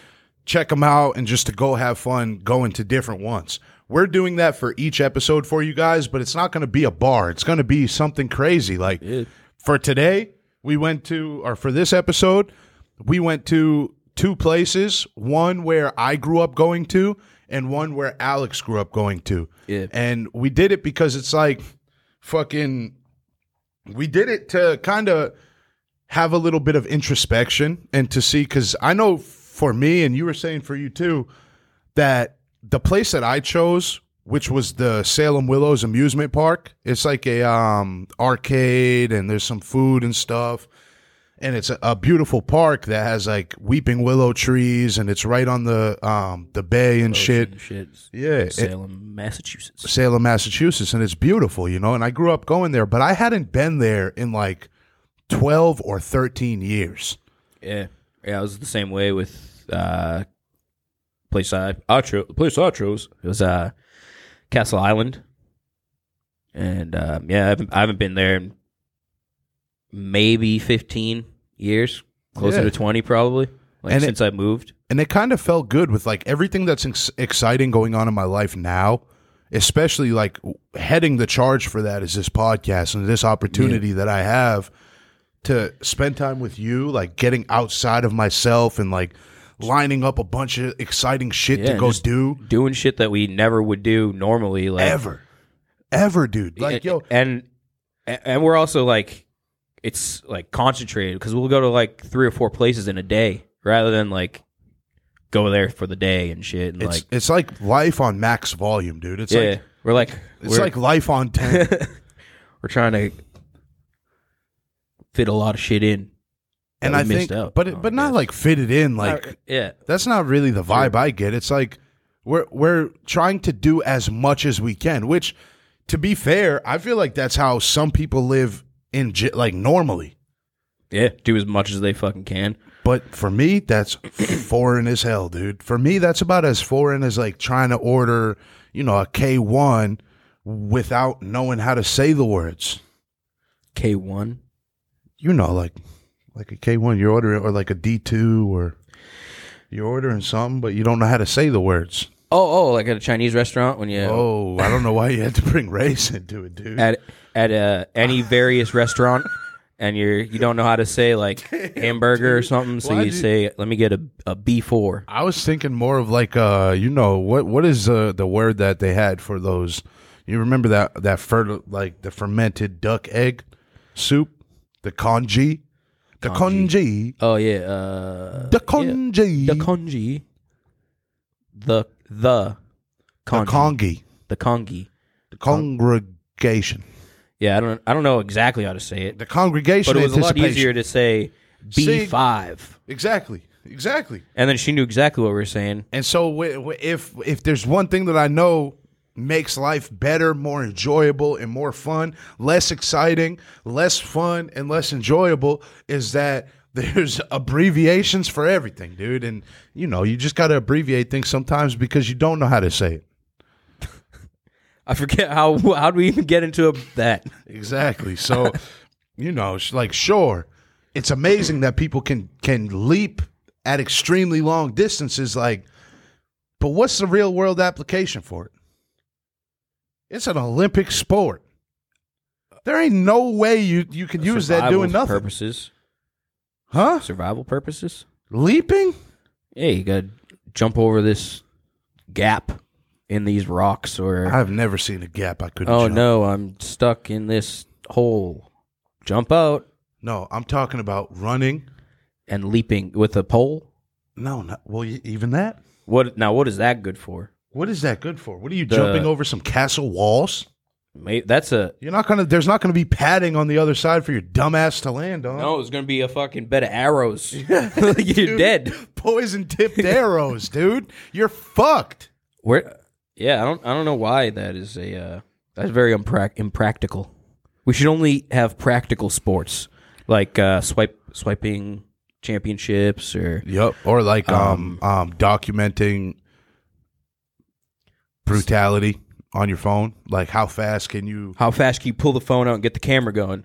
[SPEAKER 2] check them out and just to go have fun going to different ones. We're doing that for each episode for you guys, but it's not going to be a bar. It's going to be something crazy. Like for today, we went to, or for this episode, we went to two places one where I grew up going to, and one where Alex grew up going to.
[SPEAKER 1] Yeah.
[SPEAKER 2] And we did it because it's like fucking, we did it to kind of have a little bit of introspection and to see because I know for me and you were saying for you too that the place that I chose, which was the Salem Willows amusement park, it's like a um, arcade and there's some food and stuff, and it's a, a beautiful park that has like weeping willow trees and it's right on the um, the bay and shit.
[SPEAKER 1] shit.
[SPEAKER 2] Yeah,
[SPEAKER 1] Salem, Massachusetts.
[SPEAKER 2] Salem, Massachusetts, and it's beautiful, you know. And I grew up going there, but I hadn't been there in like twelve or thirteen years.
[SPEAKER 1] Yeah, yeah. I was the same way with uh, place I I chose. Place I chose. It was uh, Castle Island, and um, yeah, I haven't, I haven't been there in maybe fifteen years, closer
[SPEAKER 2] Yeah.
[SPEAKER 1] to twenty probably. Like
[SPEAKER 2] And it-
[SPEAKER 1] since I moved.
[SPEAKER 2] and it kind of felt good with like everything that's ex- exciting going on in my life now especially like w- heading the charge for that is this podcast and this opportunity that i have to spend time with you like getting outside of myself and like lining up a bunch of exciting shit
[SPEAKER 1] Yeah,
[SPEAKER 2] to
[SPEAKER 1] and
[SPEAKER 2] go
[SPEAKER 1] just
[SPEAKER 2] do
[SPEAKER 1] Doing shit that we never would do normally, like
[SPEAKER 2] ever ever dude like
[SPEAKER 1] A-
[SPEAKER 2] yo
[SPEAKER 1] and and we're also like it's like concentrated because we'll go to like three or four places in a day rather than like go there for the day and shit and
[SPEAKER 2] it's
[SPEAKER 1] like
[SPEAKER 2] it's like life on max volume dude it's
[SPEAKER 1] yeah
[SPEAKER 2] like
[SPEAKER 1] We're like
[SPEAKER 2] It's
[SPEAKER 1] we're,
[SPEAKER 2] like life on 10.
[SPEAKER 1] we're trying to fit a lot of shit in.
[SPEAKER 2] and
[SPEAKER 1] we
[SPEAKER 2] I
[SPEAKER 1] missed
[SPEAKER 2] think,
[SPEAKER 1] out
[SPEAKER 2] but it,
[SPEAKER 1] on,
[SPEAKER 2] but
[SPEAKER 1] I
[SPEAKER 2] not
[SPEAKER 1] guess.
[SPEAKER 2] like fit it in. Like
[SPEAKER 1] yeah.
[SPEAKER 2] that's not really the vibe I get. It's like we're we're trying to do as much as we can. Which, to be fair, I feel like that's how some people live in ge- like normally.
[SPEAKER 1] Yeah, do as much as they fucking can.
[SPEAKER 2] But for me, that's foreign as hell, dude. For me, that's about as foreign as like trying to order, you know, a K one without knowing how to say the words.
[SPEAKER 1] K one.
[SPEAKER 2] you know, like like a K one, you're ordering or like a D two or you're ordering something, but you don't know how to say the words.
[SPEAKER 1] Oh, oh, like at a Chinese restaurant when you
[SPEAKER 2] Oh, I don't know why you had to bring race into it, dude.
[SPEAKER 1] at at uh, any various restaurant and you're you don't know how to say like hamburger or something, so you,
[SPEAKER 2] Why'd you-
[SPEAKER 1] say, "Let me get a a B four.
[SPEAKER 2] I was thinking more of like uh, you know, what what is uh, the word that they had for those? You remember that that fer- like the fermented duck egg soup, the congee, the congee,
[SPEAKER 1] Oh yeah, uh,
[SPEAKER 2] the congee,
[SPEAKER 1] the congee, the the
[SPEAKER 2] the
[SPEAKER 1] congee,
[SPEAKER 2] congee,
[SPEAKER 1] the congee.
[SPEAKER 2] the congregation,
[SPEAKER 1] Yeah, I don't I don't know exactly how to say it,
[SPEAKER 2] the congregation.
[SPEAKER 1] but it was a lot
[SPEAKER 2] anticipation.
[SPEAKER 1] easier to say B
[SPEAKER 2] See-
[SPEAKER 1] five,
[SPEAKER 2] Exactly, exactly.
[SPEAKER 1] and then she knew exactly what we were saying.
[SPEAKER 2] And so, wi- wi- if if there's one thing that I know makes life better, more enjoyable, and more fun, less exciting, less fun, and less enjoyable, is that there's abbreviations for everything, dude. And you know, you just got to abbreviate things sometimes because you don't know how to say it.
[SPEAKER 1] I forget how how do we even get into a, that?
[SPEAKER 2] Exactly. So, you know, sh- like sure, it's amazing that people can can leap at extremely long distances like but what's the real world application for it? It's an Olympic sport. There ain't no way you you can use that
[SPEAKER 1] Survival
[SPEAKER 2] doing nothing.
[SPEAKER 1] Purposes,
[SPEAKER 2] Huh?
[SPEAKER 1] survival purposes.
[SPEAKER 2] Leaping?
[SPEAKER 1] Yeah, you gotta jump over this gap in these rocks, or
[SPEAKER 2] I've never seen a gap I couldn't
[SPEAKER 1] oh
[SPEAKER 2] jump.
[SPEAKER 1] no, I'm stuck in this hole. Jump out
[SPEAKER 2] No, I'm talking about running.
[SPEAKER 1] and leaping with a pole.
[SPEAKER 2] No, not, well y- even that.
[SPEAKER 1] What now? What is that good for?
[SPEAKER 2] What is that good for? What are you
[SPEAKER 1] The-
[SPEAKER 2] jumping over some castle walls?
[SPEAKER 1] May- That's a
[SPEAKER 2] You're not gonna. There's not gonna be padding on the other side for your dumbass to land on.
[SPEAKER 1] no. It's gonna be a fucking bed of arrows. You're dead.
[SPEAKER 2] Poison tipped arrows, dude. You're fucked.
[SPEAKER 1] Where? Yeah, I don't. I don't know why that is a. Uh, that's very imprac- impractical. We should only have practical sports like uh, swipe swiping championships or
[SPEAKER 2] Yep. Or like um um, documenting brutality on your phone. Like how fast can you
[SPEAKER 1] how fast can you pull the phone out and get the camera going?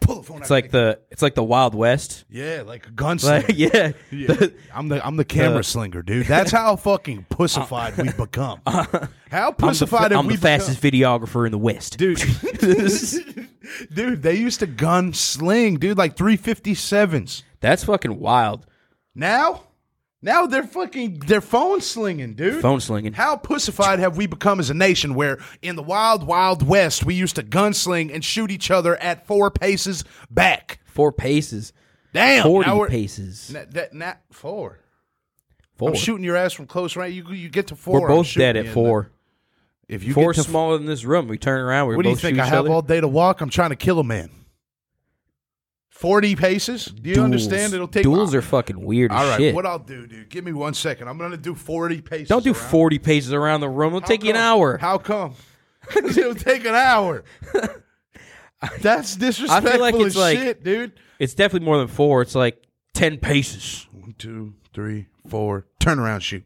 [SPEAKER 2] pull the phone?
[SPEAKER 1] It's like the it's like the Wild West.
[SPEAKER 2] yeah, like a gunslinger.
[SPEAKER 1] Like, yeah,
[SPEAKER 2] Yeah. I'm the I'm the Uh, camera slinger, dude. That's how fucking pussified we've become. How
[SPEAKER 1] I'm the, fa-
[SPEAKER 2] pussified have
[SPEAKER 1] I'm
[SPEAKER 2] we
[SPEAKER 1] the
[SPEAKER 2] become?
[SPEAKER 1] fastest videographer in the West.
[SPEAKER 2] dude. dude, they used to gun sling, dude, like 357s.
[SPEAKER 1] That's fucking wild.
[SPEAKER 2] Now, now they're fucking they're phone slinging, dude.
[SPEAKER 1] Phone slinging.
[SPEAKER 2] How pussified have we become as a nation? Where in the wild, wild west, we used to gunsling and shoot each other at four paces back.
[SPEAKER 1] Four paces.
[SPEAKER 2] Damn,
[SPEAKER 1] Forty
[SPEAKER 2] now we're-
[SPEAKER 1] paces.
[SPEAKER 2] Not, that, not four.
[SPEAKER 1] 4
[SPEAKER 2] I'm shooting your ass from close range. You you get to 4
[SPEAKER 1] we're
[SPEAKER 2] I'm
[SPEAKER 1] both
[SPEAKER 2] shooting
[SPEAKER 1] dead
[SPEAKER 2] you
[SPEAKER 1] at
[SPEAKER 2] in
[SPEAKER 1] four.
[SPEAKER 2] the- if you
[SPEAKER 1] Four
[SPEAKER 2] get to
[SPEAKER 1] smaller than this room. We turn around. We're
[SPEAKER 2] what do
[SPEAKER 1] both
[SPEAKER 2] you think?
[SPEAKER 1] shoot
[SPEAKER 2] I
[SPEAKER 1] each
[SPEAKER 2] have
[SPEAKER 1] other.
[SPEAKER 2] all day to walk. I'm trying to kill a man. Forty paces. Do you
[SPEAKER 1] Duels.
[SPEAKER 2] understand? It'll take
[SPEAKER 1] duels are fucking weird
[SPEAKER 2] All
[SPEAKER 1] as
[SPEAKER 2] right,
[SPEAKER 1] shit.
[SPEAKER 2] what I'll do, dude? Give me one second. I'm gonna do 40 paces.
[SPEAKER 1] Don't do
[SPEAKER 2] around.
[SPEAKER 1] forty paces around the room. It'll
[SPEAKER 2] How
[SPEAKER 1] take you an
[SPEAKER 2] come?
[SPEAKER 1] hour.
[SPEAKER 2] How come? It'll take an hour. That's disrespectful as
[SPEAKER 1] it's like-
[SPEAKER 2] shit, dude.
[SPEAKER 1] it's definitely more than four. It's like ten paces.
[SPEAKER 2] One, two, three, four. Turn around shoot.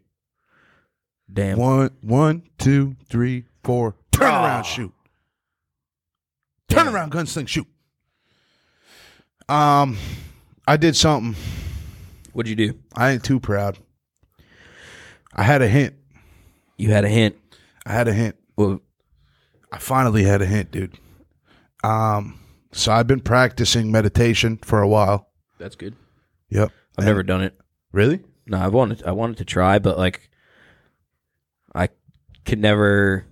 [SPEAKER 1] Damn.
[SPEAKER 2] One, one, two, three, four. Turn
[SPEAKER 1] Ah.
[SPEAKER 2] around shoot. Turn around gunsling shoot. Um, I did something.
[SPEAKER 1] What'd you do?
[SPEAKER 2] I ain't too proud. I had a hint.
[SPEAKER 1] You had a hint.
[SPEAKER 2] I had a hint.
[SPEAKER 1] Well,
[SPEAKER 2] I finally had a hint, dude. Um, so I've been practicing meditation for a while.
[SPEAKER 1] that's good.
[SPEAKER 2] Yep.
[SPEAKER 1] I've never done it.
[SPEAKER 2] Really?
[SPEAKER 1] No, I wanted I wanted to try, but like I could never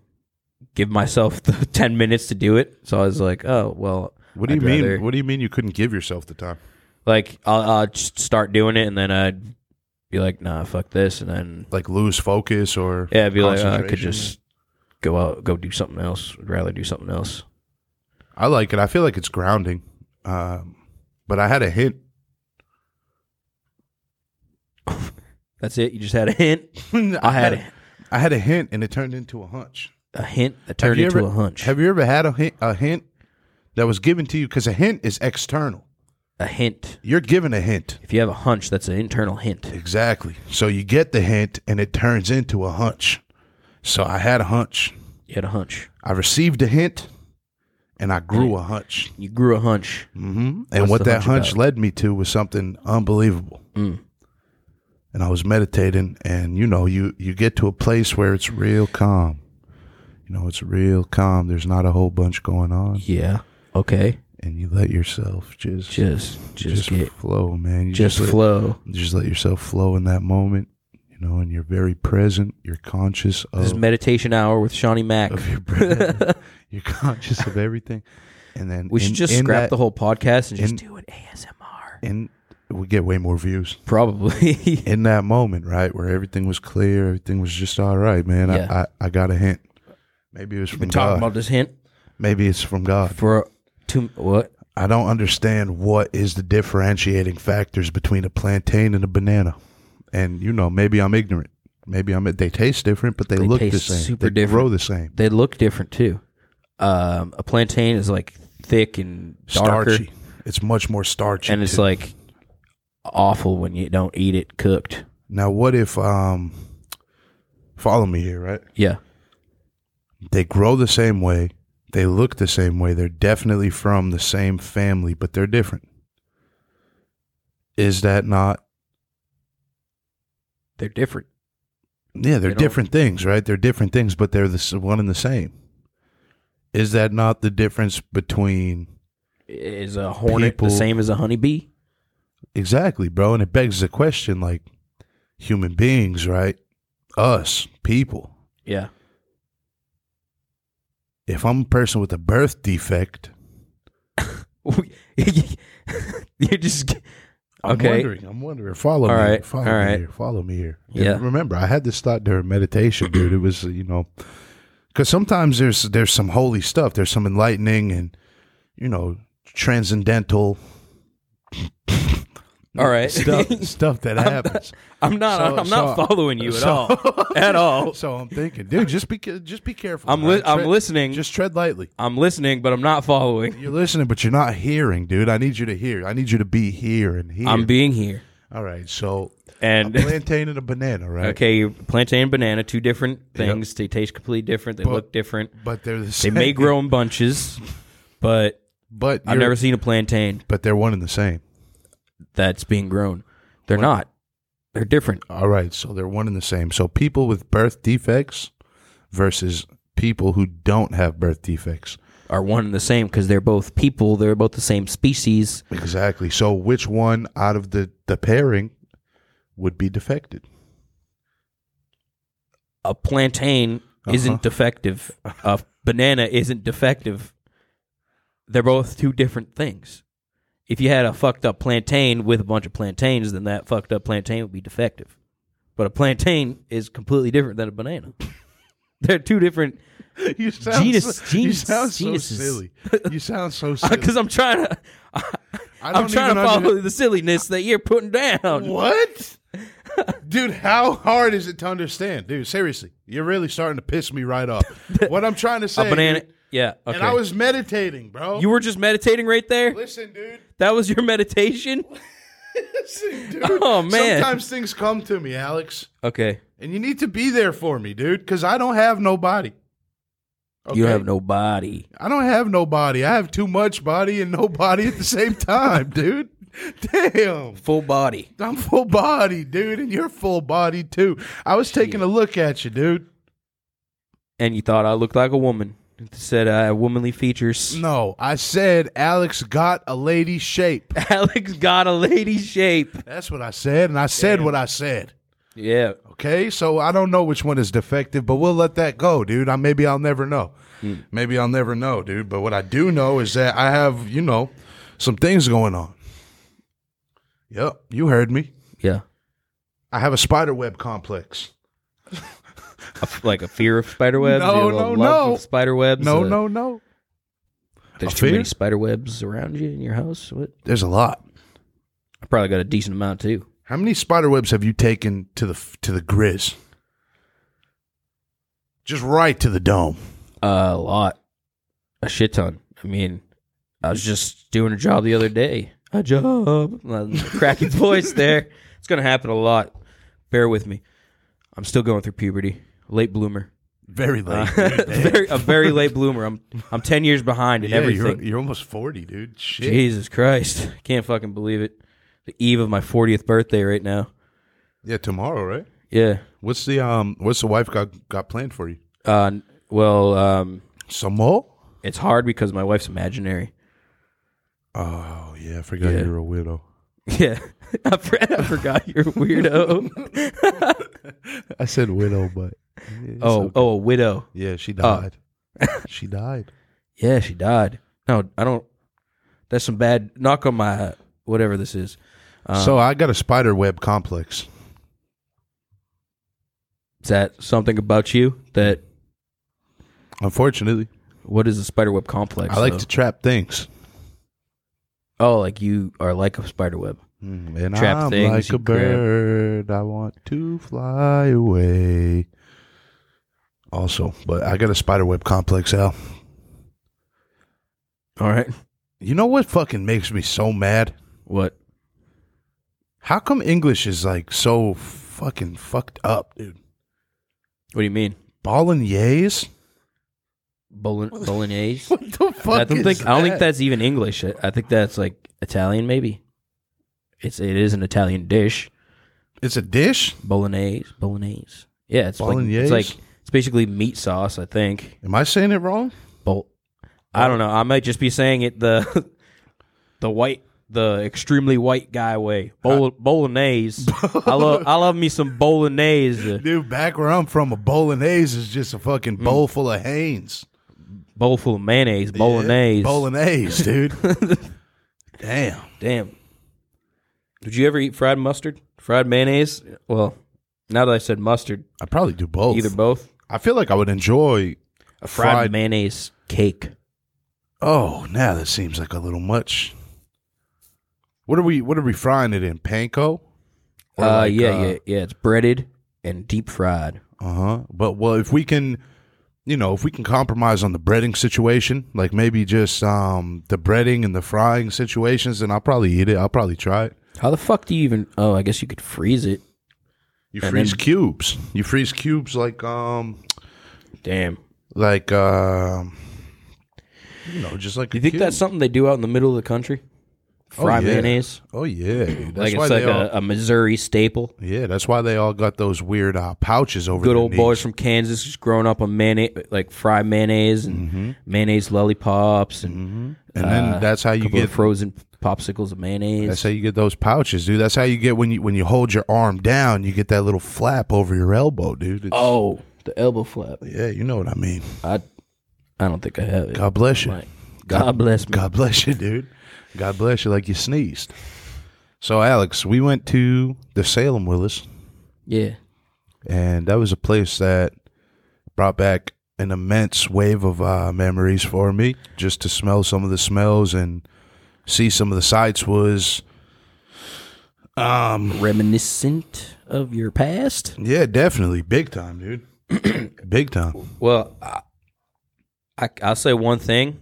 [SPEAKER 1] give myself the ten minutes to do it. So I was like, oh well.
[SPEAKER 2] What do you
[SPEAKER 1] I'd
[SPEAKER 2] mean?
[SPEAKER 1] rather-
[SPEAKER 2] What do you mean you couldn't give yourself the time?
[SPEAKER 1] Like I'll, I'll just start doing it, and then I'd be like, nah, fuck this, and then
[SPEAKER 2] Like lose focus or
[SPEAKER 1] yeah, I'd be like, oh, I could
[SPEAKER 2] concentration?
[SPEAKER 1] just go out, go do something else. I'd rather do something else.
[SPEAKER 2] I like it. I feel like it's grounding. Um, but I had a hint.
[SPEAKER 1] That's it. You just had a hint. I had a,
[SPEAKER 2] I had a hint, and it turned into a hunch.
[SPEAKER 1] a hint that
[SPEAKER 2] Have
[SPEAKER 1] turned
[SPEAKER 2] you
[SPEAKER 1] into
[SPEAKER 2] ever-
[SPEAKER 1] a hunch.
[SPEAKER 2] Have you ever had a hint, a hint that was given to you? Because a hint is external.
[SPEAKER 1] a hint.
[SPEAKER 2] You're given a hint.
[SPEAKER 1] If you have a hunch, that's an internal hint.
[SPEAKER 2] Exactly. So you get the hint, and it turns into a hunch. So I had a hunch.
[SPEAKER 1] You had a hunch.
[SPEAKER 2] I received a hint, and I grew a hunch.
[SPEAKER 1] You grew a hunch.
[SPEAKER 2] hmm And
[SPEAKER 1] What's
[SPEAKER 2] what
[SPEAKER 1] the
[SPEAKER 2] that
[SPEAKER 1] hunch Mm.
[SPEAKER 2] hunch led me to was something unbelievable. And I was meditating, and you know, you you get to a place where it's real calm. You know, it's real calm. There's not a whole bunch going on,
[SPEAKER 1] Yeah. Okay.
[SPEAKER 2] and you let yourself just
[SPEAKER 1] Just,
[SPEAKER 2] just
[SPEAKER 1] just, get,
[SPEAKER 2] flow, man. You
[SPEAKER 1] just
[SPEAKER 2] let-
[SPEAKER 1] flow.
[SPEAKER 2] just let yourself flow in that moment, you know, and you're very present. You're conscious
[SPEAKER 1] This is
[SPEAKER 2] of,
[SPEAKER 1] meditation hour with Shawnee Mack.
[SPEAKER 2] Oh. of your breath. you're conscious of everything, and then
[SPEAKER 1] We should
[SPEAKER 2] in-
[SPEAKER 1] just
[SPEAKER 2] in
[SPEAKER 1] scrap
[SPEAKER 2] that-
[SPEAKER 1] the whole podcast and just
[SPEAKER 2] in-
[SPEAKER 1] do an ASMR.
[SPEAKER 2] And we get way more views
[SPEAKER 1] Probably.
[SPEAKER 2] in that moment, right, where everything was clear, everything was just all right, man.
[SPEAKER 1] Yeah.
[SPEAKER 2] I, I I got a hint. Maybe it was from
[SPEAKER 1] Been talking
[SPEAKER 2] God.
[SPEAKER 1] about this hint
[SPEAKER 2] Maybe it's from God.
[SPEAKER 1] for two. What?
[SPEAKER 2] I don't understand what is the differentiating factors between a plantain and a banana. And you know, maybe I'm ignorant. Maybe I'm they taste different, but they,
[SPEAKER 1] They
[SPEAKER 2] look the
[SPEAKER 1] taste
[SPEAKER 2] same.
[SPEAKER 1] super
[SPEAKER 2] they
[SPEAKER 1] different.
[SPEAKER 2] grow the same.
[SPEAKER 1] They look different too. Um, a plantain is like thick and darker,
[SPEAKER 2] Starchy. It's much more starchy.
[SPEAKER 1] and it's
[SPEAKER 2] too.
[SPEAKER 1] like awful when you don't eat it cooked.
[SPEAKER 2] now what if um follow me here, right?
[SPEAKER 1] Yeah.
[SPEAKER 2] They grow the same way. They look the same way. They're definitely from the same family, but they're different. Is that not
[SPEAKER 1] They're different.
[SPEAKER 2] Yeah, they're
[SPEAKER 1] They don't-
[SPEAKER 2] different things, right? They're different things, but they're the s- one and the same. Is that not the difference between
[SPEAKER 1] Is a hornet
[SPEAKER 2] People-
[SPEAKER 1] the same as a honeybee?
[SPEAKER 2] exactly, bro? And it begs the question, like human beings, right? Us people.
[SPEAKER 1] Yeah.
[SPEAKER 2] If I'm a person with a birth defect,
[SPEAKER 1] you just
[SPEAKER 2] I'm
[SPEAKER 1] Okay.
[SPEAKER 2] wondering. I'm wondering. Follow
[SPEAKER 1] All
[SPEAKER 2] me.
[SPEAKER 1] right,
[SPEAKER 2] Follow
[SPEAKER 1] all
[SPEAKER 2] me
[SPEAKER 1] right.
[SPEAKER 2] here. Follow me here. And
[SPEAKER 1] Yeah.
[SPEAKER 2] remember, I had this thought during meditation, dude. It was you know, because sometimes there's there's some holy stuff. There's some enlightening and you know transcendental
[SPEAKER 1] all right.
[SPEAKER 2] stuff stuff that happens.
[SPEAKER 1] I'm not.
[SPEAKER 2] So-
[SPEAKER 1] I'm not
[SPEAKER 2] so-
[SPEAKER 1] following you at
[SPEAKER 2] so-
[SPEAKER 1] all. At all.
[SPEAKER 2] So I'm thinking, dude, just be ca- just be careful.
[SPEAKER 1] I'm
[SPEAKER 2] all
[SPEAKER 1] li-
[SPEAKER 2] right?
[SPEAKER 1] I'm
[SPEAKER 2] Tread-
[SPEAKER 1] listening.
[SPEAKER 2] Just tread lightly.
[SPEAKER 1] I'm listening, but I'm not following.
[SPEAKER 2] You're listening, but you're not hearing, dude. I need you to hear. I need you to be here and here.
[SPEAKER 1] I'm being here.
[SPEAKER 2] all right. So a
[SPEAKER 1] And
[SPEAKER 2] plantain and a banana, right?
[SPEAKER 1] okay, plantain and banana, two different things. They taste completely different. They
[SPEAKER 2] But-
[SPEAKER 1] look different.
[SPEAKER 2] But they're the
[SPEAKER 1] They
[SPEAKER 2] same.
[SPEAKER 1] may grow in bunches, but
[SPEAKER 2] But
[SPEAKER 1] I've
[SPEAKER 2] you're-
[SPEAKER 1] never seen a plantain
[SPEAKER 2] But they're one and the same.
[SPEAKER 1] that's being grown. They're not. They're different.
[SPEAKER 2] All right, so they're one and the same. So people with birth defects versus people who don't have birth defects.
[SPEAKER 1] Are one and the same because they're both people. They're both the same species.
[SPEAKER 2] Exactly. So which one out of the the pairing would be defected?
[SPEAKER 1] A plantain
[SPEAKER 2] Uh-huh.
[SPEAKER 1] isn't defective. A banana isn't defective. They're both two different things. If you had a fucked up plantain with a bunch of plantains, then that fucked up plantain would be defective. But a plantain is completely different than a banana. They're two different
[SPEAKER 2] You sound
[SPEAKER 1] Genus-
[SPEAKER 2] so, you
[SPEAKER 1] genus-
[SPEAKER 2] sound so
[SPEAKER 1] genuses.
[SPEAKER 2] silly. You sound so silly.
[SPEAKER 1] because I'm trying to
[SPEAKER 2] I
[SPEAKER 1] I'm
[SPEAKER 2] don't
[SPEAKER 1] trying to
[SPEAKER 2] even
[SPEAKER 1] follow
[SPEAKER 2] under-
[SPEAKER 1] the silliness that you're putting down.
[SPEAKER 2] What? Dude, how hard is it to understand? Dude, seriously. You're really starting to piss me right off. what I'm trying to say
[SPEAKER 1] A banana,
[SPEAKER 2] dude,
[SPEAKER 1] yeah. Okay.
[SPEAKER 2] and I was meditating, bro.
[SPEAKER 1] you were just meditating right there.
[SPEAKER 2] Listen, dude.
[SPEAKER 1] That was your meditation.
[SPEAKER 2] Listen, dude.
[SPEAKER 1] Oh, man.
[SPEAKER 2] Sometimes things come to me, Alex,
[SPEAKER 1] Okay.
[SPEAKER 2] and you need to be there for me, dude, because I don't have no body.
[SPEAKER 1] You
[SPEAKER 2] Okay?
[SPEAKER 1] have no body.
[SPEAKER 2] I don't have no body. I have too much body and no body at the same time, dude. Damn.
[SPEAKER 1] Full body.
[SPEAKER 2] I'm full body, dude, and you're full body too. I was taking a look at you, dude.
[SPEAKER 1] And you thought I looked like a woman. It said I had womanly features.
[SPEAKER 2] No, I said Alex got a lady shape.
[SPEAKER 1] Alex got a lady shape.
[SPEAKER 2] That's what I said, and I said what I said.
[SPEAKER 1] Yeah.
[SPEAKER 2] Okay, so I don't know which one is defective, but we'll let that go, dude. I maybe I'll never know.
[SPEAKER 1] Hmm.
[SPEAKER 2] Maybe I'll never know, dude. But what I do know is that I have, you know, some things going on. Yep, you heard me.
[SPEAKER 1] Yeah.
[SPEAKER 2] I have a spider web complex.
[SPEAKER 1] a f like a fear of spider webs?
[SPEAKER 2] No,
[SPEAKER 1] You have a
[SPEAKER 2] no,
[SPEAKER 1] love
[SPEAKER 2] no.
[SPEAKER 1] of spider webs?
[SPEAKER 2] No,
[SPEAKER 1] Uh,
[SPEAKER 2] no, no.
[SPEAKER 1] There's
[SPEAKER 2] A
[SPEAKER 1] too
[SPEAKER 2] fear?
[SPEAKER 1] many spider webs around you in your house. What?
[SPEAKER 2] There's a lot.
[SPEAKER 1] I probably got a decent amount too.
[SPEAKER 2] How many spider webs have you taken to the to the grizz? Just right to the dome.
[SPEAKER 1] a lot, a shit ton. I mean, I was just doing a job the other day. A job, cracking voice there. It's gonna happen a lot. Bear with me. I'm still going through puberty. Late bloomer.
[SPEAKER 2] Very
[SPEAKER 1] Uh,
[SPEAKER 2] late.
[SPEAKER 1] very, a very late bloomer. I'm I'm ten years behind in
[SPEAKER 2] yeah,
[SPEAKER 1] everything.
[SPEAKER 2] you're, you're almost 40, dude. Shit.
[SPEAKER 1] Jesus Christ, can't fucking believe it. The eve of my 40th birthday right now.
[SPEAKER 2] Yeah, tomorrow, right?
[SPEAKER 1] Yeah.
[SPEAKER 2] What's the um what's the wife got got planned for you?
[SPEAKER 1] Uh, n- well, um,
[SPEAKER 2] Some more?
[SPEAKER 1] it's hard because my wife's imaginary.
[SPEAKER 2] Oh, yeah, I forgot
[SPEAKER 1] Yeah.
[SPEAKER 2] you're a widow.
[SPEAKER 1] Yeah, I, for- I forgot you're a weirdo.
[SPEAKER 2] Oh, I said widow, but Oh.
[SPEAKER 1] Oh, oh, a widow.
[SPEAKER 2] yeah, she died. she died.
[SPEAKER 1] Yeah, she died. No, I don't. That's some bad knock on my whatever this is.
[SPEAKER 2] so I got a spider web complex.
[SPEAKER 1] Is that something about you that
[SPEAKER 2] Unfortunately,
[SPEAKER 1] what is a spiderweb complex?
[SPEAKER 2] I like
[SPEAKER 1] though?
[SPEAKER 2] to trap things.
[SPEAKER 1] Oh, like you are like a spiderweb.
[SPEAKER 2] And
[SPEAKER 1] Trap
[SPEAKER 2] I'm
[SPEAKER 1] things
[SPEAKER 2] like
[SPEAKER 1] you
[SPEAKER 2] a
[SPEAKER 1] grab.
[SPEAKER 2] bird. I want to fly away. Also, but I got a spider web complex, Al.
[SPEAKER 1] All right.
[SPEAKER 2] You know what fucking makes me so mad?
[SPEAKER 1] What?
[SPEAKER 2] How come English is like so fucking fucked up, dude?
[SPEAKER 1] What do you mean?
[SPEAKER 2] Bolognese?
[SPEAKER 1] Bolon- Bolognese?
[SPEAKER 2] What the fuck?
[SPEAKER 1] I don't
[SPEAKER 2] is
[SPEAKER 1] think I don't think
[SPEAKER 2] that?
[SPEAKER 1] that's even English. I, I think that's like Italian, maybe. It's it is an Italian dish.
[SPEAKER 2] it's a dish.
[SPEAKER 1] Bolognese, Bolognese. Yeah, it's
[SPEAKER 2] Bolognese?
[SPEAKER 1] like it's like it's basically meat sauce. I think.
[SPEAKER 2] Am I saying it wrong?
[SPEAKER 1] Bol- I don't know. I might just be saying it the the white the extremely white guy way. Bol- bolognese. I love I love me some bolognese.
[SPEAKER 2] Dude, back where I'm from, a bolognese is just a fucking
[SPEAKER 1] Mm.
[SPEAKER 2] bowl full of Hanes.
[SPEAKER 1] Bowl full of mayonnaise. Bolognese.
[SPEAKER 2] Bolognese, dude. Damn.
[SPEAKER 1] Damn. Did you ever eat fried mustard? Fried mayonnaise? Well, now that I said mustard,
[SPEAKER 2] I probably do both.
[SPEAKER 1] either both.
[SPEAKER 2] I feel like I would enjoy a
[SPEAKER 1] Fried,
[SPEAKER 2] fried.
[SPEAKER 1] mayonnaise cake.
[SPEAKER 2] oh, now that seems like a little much. What are we? What are we frying it in? Panko.
[SPEAKER 1] Uh, yeah, yeah, yeah. It's breaded and deep fried.
[SPEAKER 2] Uh huh. But well, if we can, you know, if we can compromise on the breading situation, like maybe just um the breading and the frying situations, then I'll probably eat it. I'll probably try it.
[SPEAKER 1] How the fuck do you even? Oh, I guess you could freeze it.
[SPEAKER 2] You
[SPEAKER 1] And
[SPEAKER 2] freeze
[SPEAKER 1] then-
[SPEAKER 2] cubes. You freeze cubes like um
[SPEAKER 1] Damn.
[SPEAKER 2] like um you know just like
[SPEAKER 1] You think that's something they do out in the middle of the country? Fry
[SPEAKER 2] yeah.
[SPEAKER 1] mayonnaise.
[SPEAKER 2] oh yeah dude. that's
[SPEAKER 1] like
[SPEAKER 2] why
[SPEAKER 1] it's like
[SPEAKER 2] they all
[SPEAKER 1] a, a Missouri staple.
[SPEAKER 2] yeah that's why they all got those weird uh, pouches over
[SPEAKER 1] Good
[SPEAKER 2] their
[SPEAKER 1] old
[SPEAKER 2] knees.
[SPEAKER 1] boys from Kansas just growing up on mayonnaise, like fried mayonnaise and
[SPEAKER 2] Mm-hmm.
[SPEAKER 1] mayonnaise lollipops and
[SPEAKER 2] and then that's how
[SPEAKER 1] a
[SPEAKER 2] you
[SPEAKER 1] uh, couple
[SPEAKER 2] Mm-hmm. get
[SPEAKER 1] of frozen popsicles of mayonnaise.
[SPEAKER 2] that's how you get those pouches dude that's how you get when you when you hold your arm down you get that little flap over your elbow dude It's-
[SPEAKER 1] Oh, the elbow flap.
[SPEAKER 2] yeah you know what I mean
[SPEAKER 1] I, I don't think I have it. God,
[SPEAKER 2] God bless you
[SPEAKER 1] bless me.
[SPEAKER 2] God bless you dude God bless you like you sneezed so Alex we went to the Salem Willis
[SPEAKER 1] Yeah.
[SPEAKER 2] and that was a place that brought back an immense wave of uh, memories for me. Just to smell some of the smells and see some of the sights was, um,
[SPEAKER 1] Reminiscent of your past.
[SPEAKER 2] yeah, definitely big time, dude, big time.
[SPEAKER 1] Well, I, I, I'll say one thing.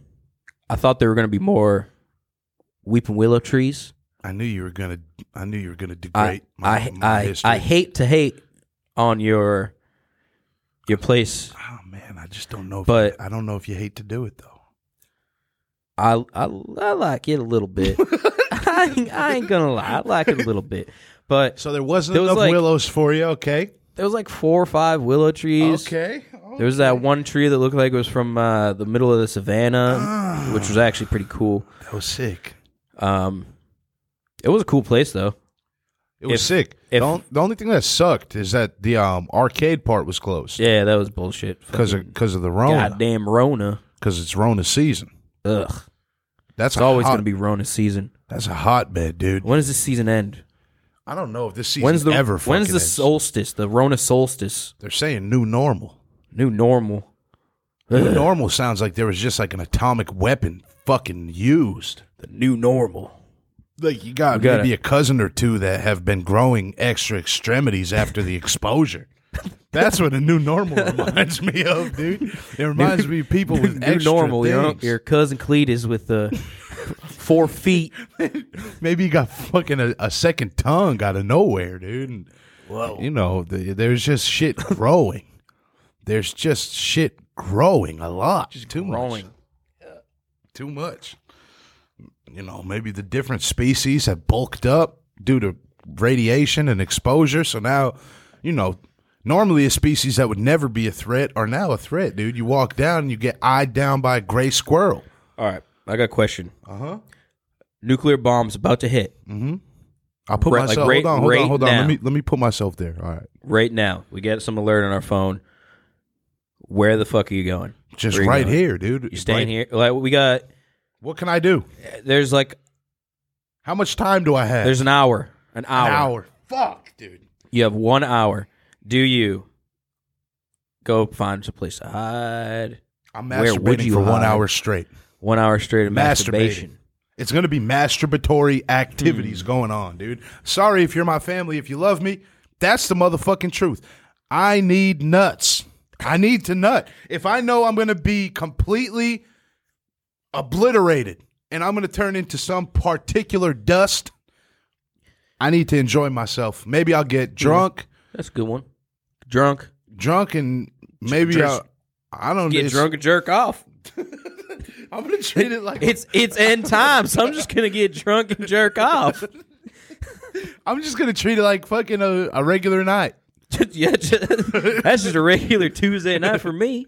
[SPEAKER 1] I thought there were going to be more weeping willow trees.
[SPEAKER 2] I knew you were gonna, I knew you were gonna degrade
[SPEAKER 1] I
[SPEAKER 2] my,
[SPEAKER 1] I,
[SPEAKER 2] my
[SPEAKER 1] I,
[SPEAKER 2] history.
[SPEAKER 1] I hate to hate on your your place.
[SPEAKER 2] oh man, I just don't know. If
[SPEAKER 1] But-
[SPEAKER 2] you, I don't know if you hate to do it though.
[SPEAKER 1] I I, I like it a little bit. I, ain't, I ain't gonna lie, I like it a little bit. But
[SPEAKER 2] So there wasn't
[SPEAKER 1] There was
[SPEAKER 2] enough
[SPEAKER 1] like-
[SPEAKER 2] willows for you, okay?
[SPEAKER 1] there was like four or five willow trees.
[SPEAKER 2] Okay. Oh,
[SPEAKER 1] There was that one tree that looked like it was from uh, the middle of the
[SPEAKER 2] Ah.
[SPEAKER 1] savannah, which was actually pretty cool.
[SPEAKER 2] that was sick.
[SPEAKER 1] Um, it was a cool place though.
[SPEAKER 2] It was
[SPEAKER 1] If-
[SPEAKER 2] sick.
[SPEAKER 1] if-
[SPEAKER 2] the, on- the only thing that sucked is that the um, arcade part was closed
[SPEAKER 1] Yeah, that was bullshit.
[SPEAKER 2] because
[SPEAKER 1] Fucking
[SPEAKER 2] of because of the Rona
[SPEAKER 1] goddamn Rona.
[SPEAKER 2] because it's Rona season.
[SPEAKER 1] Ugh,
[SPEAKER 2] That's
[SPEAKER 1] it's always
[SPEAKER 2] hot,
[SPEAKER 1] gonna be Rona season.
[SPEAKER 2] that's a hotbed, dude.
[SPEAKER 1] When does this season end?
[SPEAKER 2] I don't know if this season
[SPEAKER 1] When's the
[SPEAKER 2] ever.
[SPEAKER 1] when's
[SPEAKER 2] fucking
[SPEAKER 1] the
[SPEAKER 2] ends.
[SPEAKER 1] solstice? The Rona solstice,
[SPEAKER 2] They're saying new normal.
[SPEAKER 1] new normal.
[SPEAKER 2] New normal sounds like there was just like an atomic weapon fucking used.
[SPEAKER 1] The new normal.
[SPEAKER 2] Like you got
[SPEAKER 1] gotta-
[SPEAKER 2] maybe a cousin or two that have been growing extra extremities after the exposure. That's what a new normal reminds me of, dude. It reminds me of people with
[SPEAKER 1] New
[SPEAKER 2] extra
[SPEAKER 1] normal. You know,
[SPEAKER 2] things.
[SPEAKER 1] your cousin Cletus with the four feet.
[SPEAKER 2] Maybe you got fucking a, a second tongue out of nowhere, dude. And, You know, the, there's just shit growing. there's just shit growing a lot. too much.
[SPEAKER 1] Growing.
[SPEAKER 2] Too much. You know, maybe the different species have bulked up due to radiation and exposure. So now, you know, normally a species that would never be a threat are now a threat, dude. You walk down and you get eyed down by a gray squirrel.
[SPEAKER 1] All right, I got a question. Uh
[SPEAKER 2] Uh-huh.
[SPEAKER 1] huh. Nuclear bombs about to hit
[SPEAKER 2] I Mm-hmm. put
[SPEAKER 1] Right, like
[SPEAKER 2] myself.
[SPEAKER 1] right-
[SPEAKER 2] hold on, hold
[SPEAKER 1] right
[SPEAKER 2] on, hold on.
[SPEAKER 1] now.
[SPEAKER 2] Let me let me put myself there. All right.
[SPEAKER 1] right now. We get some alert on our phone. Where the fuck are you going?
[SPEAKER 2] Just
[SPEAKER 1] Where you
[SPEAKER 2] right
[SPEAKER 1] going?
[SPEAKER 2] here, dude.
[SPEAKER 1] You staying here? Like we got.
[SPEAKER 2] What can I do?
[SPEAKER 1] There's like
[SPEAKER 2] How much time do I have?
[SPEAKER 1] there's an hour. An hour.
[SPEAKER 2] an hour. Fuck, dude.
[SPEAKER 1] You have one hour. Do you go find some place to hide?
[SPEAKER 2] I'm
[SPEAKER 1] Where
[SPEAKER 2] masturbating
[SPEAKER 1] would you
[SPEAKER 2] for one
[SPEAKER 1] hide?
[SPEAKER 2] hour straight.
[SPEAKER 1] One hour straight of
[SPEAKER 2] Masturbating.
[SPEAKER 1] masturbation.
[SPEAKER 2] It's going to be masturbatory activities going on, dude. Sorry if you're my family, if you love me. That's the motherfucking truth. I need nuts. I need to nut. If I know I'm going to be completely obliterated and I'm going to turn into some particular dust, I need to enjoy myself. Maybe I'll get drunk,
[SPEAKER 1] That's a good one. Drunk.
[SPEAKER 2] drunk, and maybe
[SPEAKER 1] Just
[SPEAKER 2] I'll. I don't
[SPEAKER 1] Get
[SPEAKER 2] it's-
[SPEAKER 1] drunk and jerk off.
[SPEAKER 2] I'm gonna treat it like
[SPEAKER 1] It's it's end time, so I'm just gonna get drunk and jerk off.
[SPEAKER 2] I'm just gonna treat it like fucking a, a regular night.
[SPEAKER 1] Just- yeah, just- that's just a regular Tuesday night for me.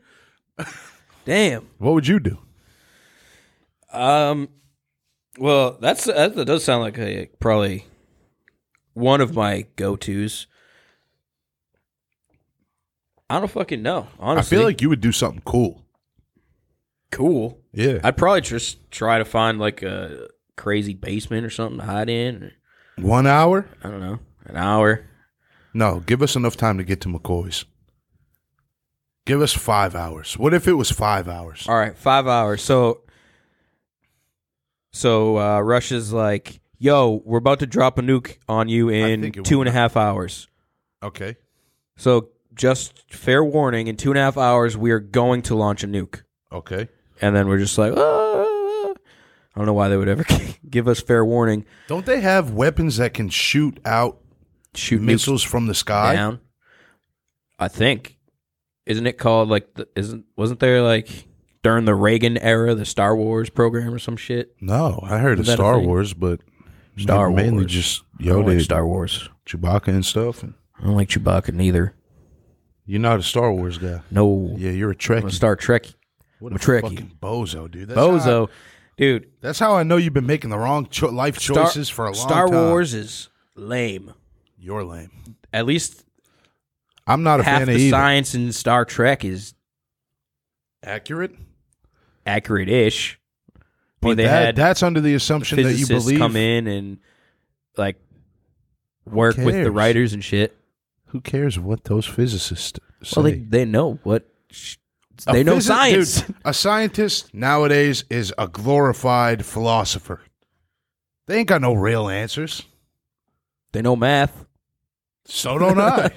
[SPEAKER 1] Damn.
[SPEAKER 2] What would you do?
[SPEAKER 1] Um. Well, that's that does sound like a probably one of my go tos. I don't fucking know.
[SPEAKER 2] I
[SPEAKER 1] Honestly,
[SPEAKER 2] feel like you would do something cool.
[SPEAKER 1] cool.
[SPEAKER 2] Yeah,
[SPEAKER 1] I'd probably just try to find like a crazy basement or something to hide in. Or,
[SPEAKER 2] one hour?
[SPEAKER 1] I don't know, an hour.
[SPEAKER 2] No, give us enough time to get to McCoy's. Give us five hours. What if it was five hours?
[SPEAKER 1] All right, five hours. So, so uh, Russia's like, "Yo, we're about to drop a nuke on you in
[SPEAKER 2] think it
[SPEAKER 1] two
[SPEAKER 2] would
[SPEAKER 1] and a half hours."
[SPEAKER 2] Okay,
[SPEAKER 1] So, just fair warning: in two and a half hours, we are going to launch a nuke,
[SPEAKER 2] okay.
[SPEAKER 1] and then we're just like, "Ah." I don't know why they would ever give us fair warning.
[SPEAKER 2] Don't they have weapons that can shoot out
[SPEAKER 1] Shoot missiles
[SPEAKER 2] missiles from the sky?
[SPEAKER 1] down. I think, isn't it called like? The, isn't wasn't there like during the Reagan era the Star Wars program or some shit?
[SPEAKER 2] No, I heard of
[SPEAKER 1] that a
[SPEAKER 2] Star
[SPEAKER 1] thing?
[SPEAKER 2] Wars, but
[SPEAKER 1] Star
[SPEAKER 2] mainly
[SPEAKER 1] Wars.
[SPEAKER 2] just
[SPEAKER 1] I
[SPEAKER 2] Yoda,
[SPEAKER 1] don't like Star Wars.
[SPEAKER 2] Chewbacca, and stuff. And
[SPEAKER 1] I don't like Chewbacca neither.
[SPEAKER 2] you're not a Star Wars guy.
[SPEAKER 1] No.
[SPEAKER 2] Yeah, you're a Trekkie.
[SPEAKER 1] I'm a Star Trek
[SPEAKER 2] what
[SPEAKER 1] I'm a Trekkie.
[SPEAKER 2] fucking bozo, dude. That's how I-
[SPEAKER 1] bozo. Dude,
[SPEAKER 2] That's how I know you've been making the wrong cho- life
[SPEAKER 1] Star,
[SPEAKER 2] choices for a long
[SPEAKER 1] Star
[SPEAKER 2] time.
[SPEAKER 1] Wars is lame.
[SPEAKER 2] You're lame.
[SPEAKER 1] At least
[SPEAKER 2] I'm not a
[SPEAKER 1] half
[SPEAKER 2] fan of
[SPEAKER 1] the
[SPEAKER 2] either.
[SPEAKER 1] science in Star Trek is
[SPEAKER 2] Accurate.
[SPEAKER 1] accurate ish. I mean, they
[SPEAKER 2] that,
[SPEAKER 1] had
[SPEAKER 2] that's under the assumption that you
[SPEAKER 1] physicists
[SPEAKER 2] believe.
[SPEAKER 1] come in and like work with
[SPEAKER 2] cares?
[SPEAKER 1] the writers and shit.
[SPEAKER 2] Who cares what those physicists say?
[SPEAKER 1] Well, they, they know what sh-
[SPEAKER 2] A
[SPEAKER 1] they know
[SPEAKER 2] physi-
[SPEAKER 1] science.
[SPEAKER 2] dude, a scientist nowadays is a glorified philosopher. They ain't got no real answers.
[SPEAKER 1] They know math.
[SPEAKER 2] So don't I.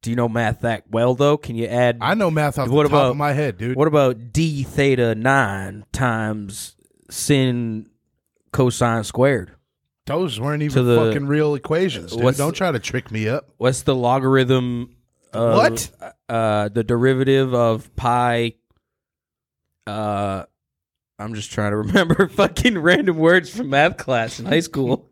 [SPEAKER 1] Do you know math that well though? Can you add
[SPEAKER 2] I know math off
[SPEAKER 1] What
[SPEAKER 2] the top
[SPEAKER 1] about-
[SPEAKER 2] of my head, dude.
[SPEAKER 1] What about d theta 9 times sin cosine squared?
[SPEAKER 2] Those weren't
[SPEAKER 1] To
[SPEAKER 2] even
[SPEAKER 1] the-
[SPEAKER 2] fucking real equations, dude.
[SPEAKER 1] What's-
[SPEAKER 2] Don't try to trick me up.
[SPEAKER 1] What's the logarithm of
[SPEAKER 2] What?
[SPEAKER 1] uh the derivative of pi uh I'm just trying to remember fucking random words from math class in high school.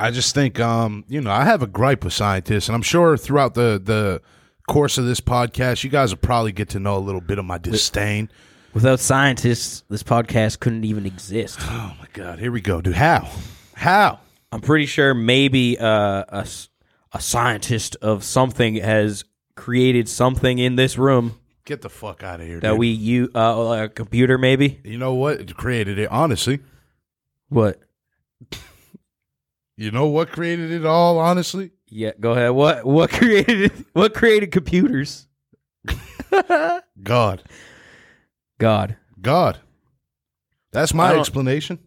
[SPEAKER 2] I just think, um, you know, I have a gripe with scientists, and I'm sure throughout the the course of this podcast, you guys will probably get to know a little bit of my disdain.
[SPEAKER 1] Without scientists, this podcast couldn't even exist.
[SPEAKER 2] Oh my god, here we go, dude. How? How?
[SPEAKER 1] I'm pretty sure maybe uh, a s- a scientist of something has created something in this room
[SPEAKER 2] Get the fuck out of here,
[SPEAKER 1] that
[SPEAKER 2] dude.
[SPEAKER 1] we you uh, like a computer maybe
[SPEAKER 2] you know what? Created it, honestly.
[SPEAKER 1] what
[SPEAKER 2] You know what created it all, honestly?
[SPEAKER 1] Yeah, go ahead. What what created what created computers?
[SPEAKER 2] God.
[SPEAKER 1] God.
[SPEAKER 2] God. That's
[SPEAKER 1] I
[SPEAKER 2] my
[SPEAKER 1] don't-
[SPEAKER 2] explanation.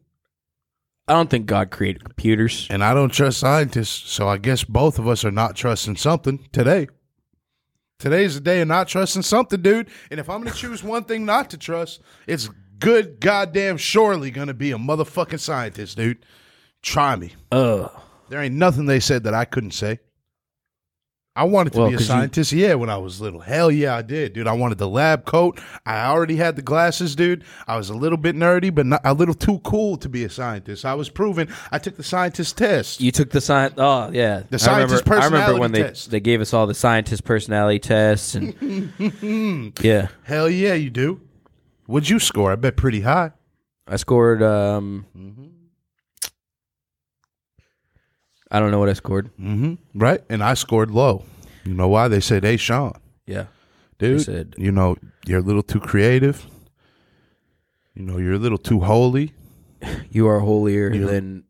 [SPEAKER 1] I don't think God created computers.
[SPEAKER 2] And I don't trust scientists, so I guess both of us are not trusting something today. Today's the day of not trusting something, dude. And if I'm going to choose one thing not to trust, it's good goddamn surely going to be a motherfucking scientist, dude. Try me.
[SPEAKER 1] Ugh.
[SPEAKER 2] There ain't nothing they said that I couldn't say. I wanted to
[SPEAKER 1] Well,
[SPEAKER 2] be a
[SPEAKER 1] 'cause you-
[SPEAKER 2] scientist, yeah, when I was little. Hell yeah, I did, dude. I wanted the lab coat. I already had the glasses, dude. I was a little bit nerdy, but not, a little too cool to be a scientist. I was proven. I took the scientist test.
[SPEAKER 1] You took the science. Oh yeah,
[SPEAKER 2] The
[SPEAKER 1] I remember,
[SPEAKER 2] scientist
[SPEAKER 1] I remember when
[SPEAKER 2] personality
[SPEAKER 1] they
[SPEAKER 2] test.
[SPEAKER 1] they gave us all the scientist personality tests and yeah,
[SPEAKER 2] Hell yeah, you do. What'd you score? I bet pretty high.
[SPEAKER 1] I scored. Um, I don't know what I scored.
[SPEAKER 2] Mm-hmm. Right? And I scored low. You know why? They said, hey, Sean,
[SPEAKER 1] Yeah,
[SPEAKER 2] dude,
[SPEAKER 1] said-
[SPEAKER 2] you know, you're a little too creative. You know, you're a little too holy
[SPEAKER 1] you are holier than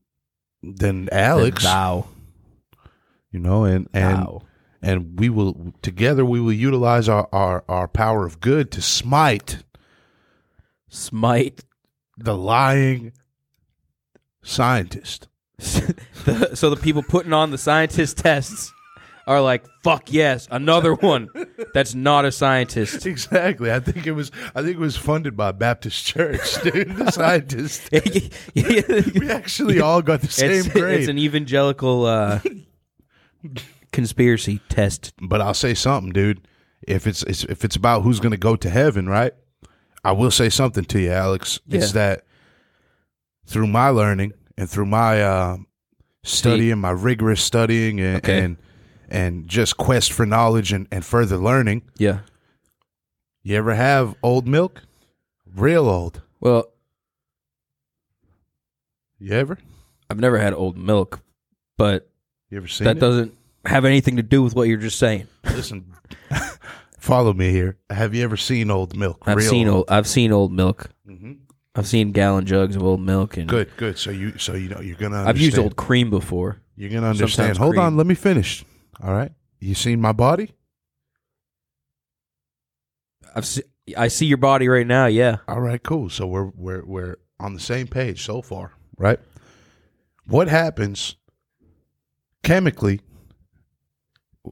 [SPEAKER 2] than
[SPEAKER 1] than
[SPEAKER 2] Alex.
[SPEAKER 1] thou.
[SPEAKER 2] you know and and
[SPEAKER 1] Wow.
[SPEAKER 2] and we will together we will utilize our, our our power of good to smite
[SPEAKER 1] Smite.
[SPEAKER 2] the lying scientist
[SPEAKER 1] The- so the people putting on the scientist tests are like, "Fuck yes, another one that's not a scientist."
[SPEAKER 2] exactly i think it was i think it was funded by baptist church dude the scientist we
[SPEAKER 1] it's,
[SPEAKER 2] actually all got the same grade
[SPEAKER 1] it's an evangelical uh, conspiracy test.
[SPEAKER 2] but i'll say something dude if it's, it's if it's about who's going to go to heaven right i will say something to you alex it's
[SPEAKER 1] Yeah.
[SPEAKER 2] that through my learning and through my uh, studying, my rigorous studying, and
[SPEAKER 1] Okay.
[SPEAKER 2] and, and just quest for knowledge and, and further learning.
[SPEAKER 1] Yeah.
[SPEAKER 2] You ever have old milk? Real old.
[SPEAKER 1] Well,
[SPEAKER 2] You ever?
[SPEAKER 1] I've never had old milk, but
[SPEAKER 2] You ever seen
[SPEAKER 1] that
[SPEAKER 2] it?
[SPEAKER 1] doesn't have anything to do with what you're just saying.
[SPEAKER 2] Listen, follow me here. Have you ever seen old milk?
[SPEAKER 1] I've
[SPEAKER 2] Real
[SPEAKER 1] seen old. I've seen old milk.
[SPEAKER 2] Mhm.
[SPEAKER 1] I've seen gallon jugs of old milk, and
[SPEAKER 2] Good, good. So you, so you know, you're gonna. Understand.
[SPEAKER 1] I've used old cream before.
[SPEAKER 2] You're gonna understand.
[SPEAKER 1] sometimes
[SPEAKER 2] Hold on,
[SPEAKER 1] cream.
[SPEAKER 2] let me finish. All right. You seen my body?
[SPEAKER 1] I've se- I see your body right now. Yeah.
[SPEAKER 2] All right, cool. So we're we're we're on the same page so far, right? What happens chemically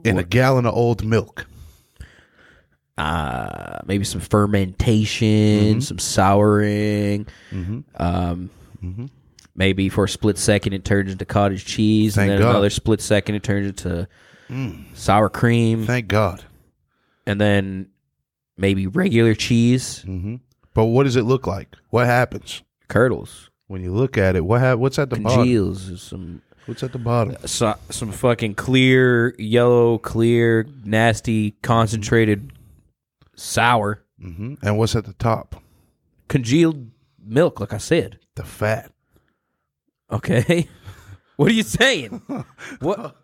[SPEAKER 2] in a gallon of old milk?
[SPEAKER 1] Uh, maybe some fermentation,
[SPEAKER 2] Mm-hmm.
[SPEAKER 1] some souring. Um,
[SPEAKER 2] Mm-hmm.
[SPEAKER 1] Maybe for a split second it turns into cottage cheese,
[SPEAKER 2] Thank
[SPEAKER 1] and then
[SPEAKER 2] God.
[SPEAKER 1] another split second it turns into sour cream,
[SPEAKER 2] Thank God.
[SPEAKER 1] and then maybe regular cheese
[SPEAKER 2] Mm-hmm. But what does it look like? What happens
[SPEAKER 1] curdles.
[SPEAKER 2] when you look at it? What hap What's at the bottom?
[SPEAKER 1] congeals is some
[SPEAKER 2] What's at the bottom?
[SPEAKER 1] so, some fucking clear yellow clear nasty concentrated sour
[SPEAKER 2] hmm And what's at the top?
[SPEAKER 1] congealed milk like i said
[SPEAKER 2] The fat.
[SPEAKER 1] okay what are you saying what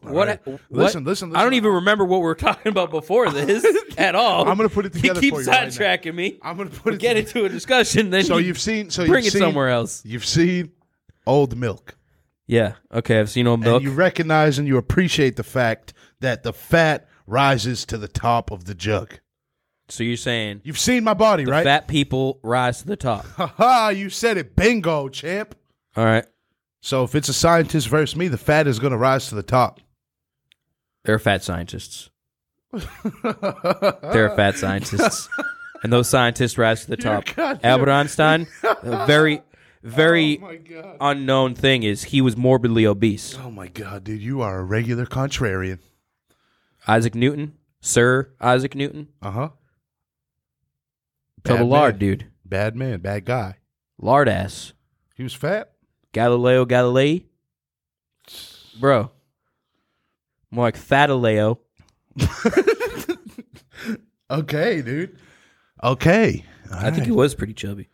[SPEAKER 1] what,
[SPEAKER 2] right.
[SPEAKER 1] what-
[SPEAKER 2] Listen, listen,
[SPEAKER 1] i
[SPEAKER 2] listen.
[SPEAKER 1] don't even remember what we were talking about before this at all
[SPEAKER 2] I'm gonna put it together
[SPEAKER 1] you keep
[SPEAKER 2] for you right now.
[SPEAKER 1] sidetracking me
[SPEAKER 2] I'm gonna put it.
[SPEAKER 1] get
[SPEAKER 2] together.
[SPEAKER 1] into a discussion then
[SPEAKER 2] So
[SPEAKER 1] you
[SPEAKER 2] you've seen. So
[SPEAKER 1] bring
[SPEAKER 2] you've
[SPEAKER 1] it
[SPEAKER 2] seen-
[SPEAKER 1] somewhere else
[SPEAKER 2] You've seen old milk.
[SPEAKER 1] yeah okay i've seen old milk
[SPEAKER 2] and you recognize and you appreciate the fact that the fat rises to the top of the jug.
[SPEAKER 1] so you're saying
[SPEAKER 2] You've seen my body, right?
[SPEAKER 1] fat people rise to the top
[SPEAKER 2] Ha ha! You said it, bingo, champ.
[SPEAKER 1] all right
[SPEAKER 2] So if it's a scientist versus me, the fat is going to rise to the top.
[SPEAKER 1] They're fat scientists. They're fat scientists. And those scientists rise to the top.
[SPEAKER 2] goddamn-
[SPEAKER 1] Albert Einstein, a very, very
[SPEAKER 2] god!
[SPEAKER 1] unknown thing is he was morbidly obese.
[SPEAKER 2] Oh my god, dude! You are a regular contrarian.
[SPEAKER 1] Isaac Newton, Sir Isaac Newton,
[SPEAKER 2] Uh huh.
[SPEAKER 1] double lard dude,
[SPEAKER 2] Bad man, bad guy.
[SPEAKER 1] lard ass.
[SPEAKER 2] He was fat.
[SPEAKER 1] Galileo Galilei, bro. More like Fataleo.
[SPEAKER 2] Okay, dude. Okay.
[SPEAKER 1] I think he was pretty chubby.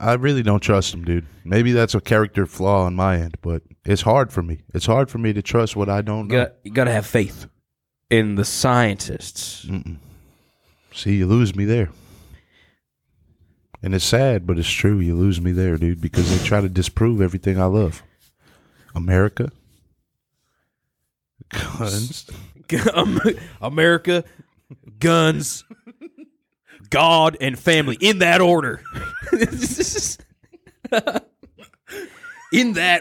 [SPEAKER 2] I really don't trust him, dude. Maybe that's a character flaw on my end, but it's hard for me. It's hard for me to trust what I don't
[SPEAKER 1] You
[SPEAKER 2] know.
[SPEAKER 1] got, you got to have faith in the scientists.
[SPEAKER 2] See, you lose me there. And it's sad, but it's true. You lose me there, dude, because they try to disprove everything I love. America. Guns.
[SPEAKER 1] Gum- America, guns, God, and family in that order. in that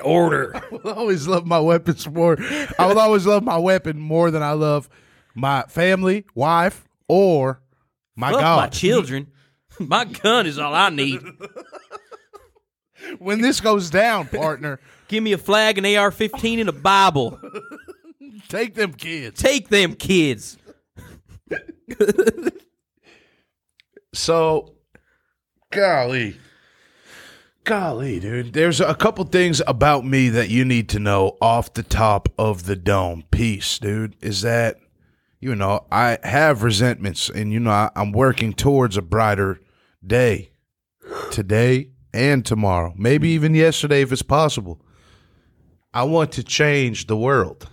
[SPEAKER 1] order.
[SPEAKER 2] I will always love my weapons more. I will always love my weapon more than I love my family, wife, or my
[SPEAKER 1] Fuck my
[SPEAKER 2] God.
[SPEAKER 1] children. My gun is all I need.
[SPEAKER 2] when this goes down, partner,
[SPEAKER 1] Give me a flag, an AR 15, and a Bible.
[SPEAKER 2] take them kids.
[SPEAKER 1] Take them kids.
[SPEAKER 2] So, golly. Golly, dude. There's a couple things about me that you need to know off the top of the dome piece, dude. Is that, you know, I have resentments and, you know, I, I'm working towards a brighter day today and tomorrow, maybe even yesterday if it's possible. I want to change the world,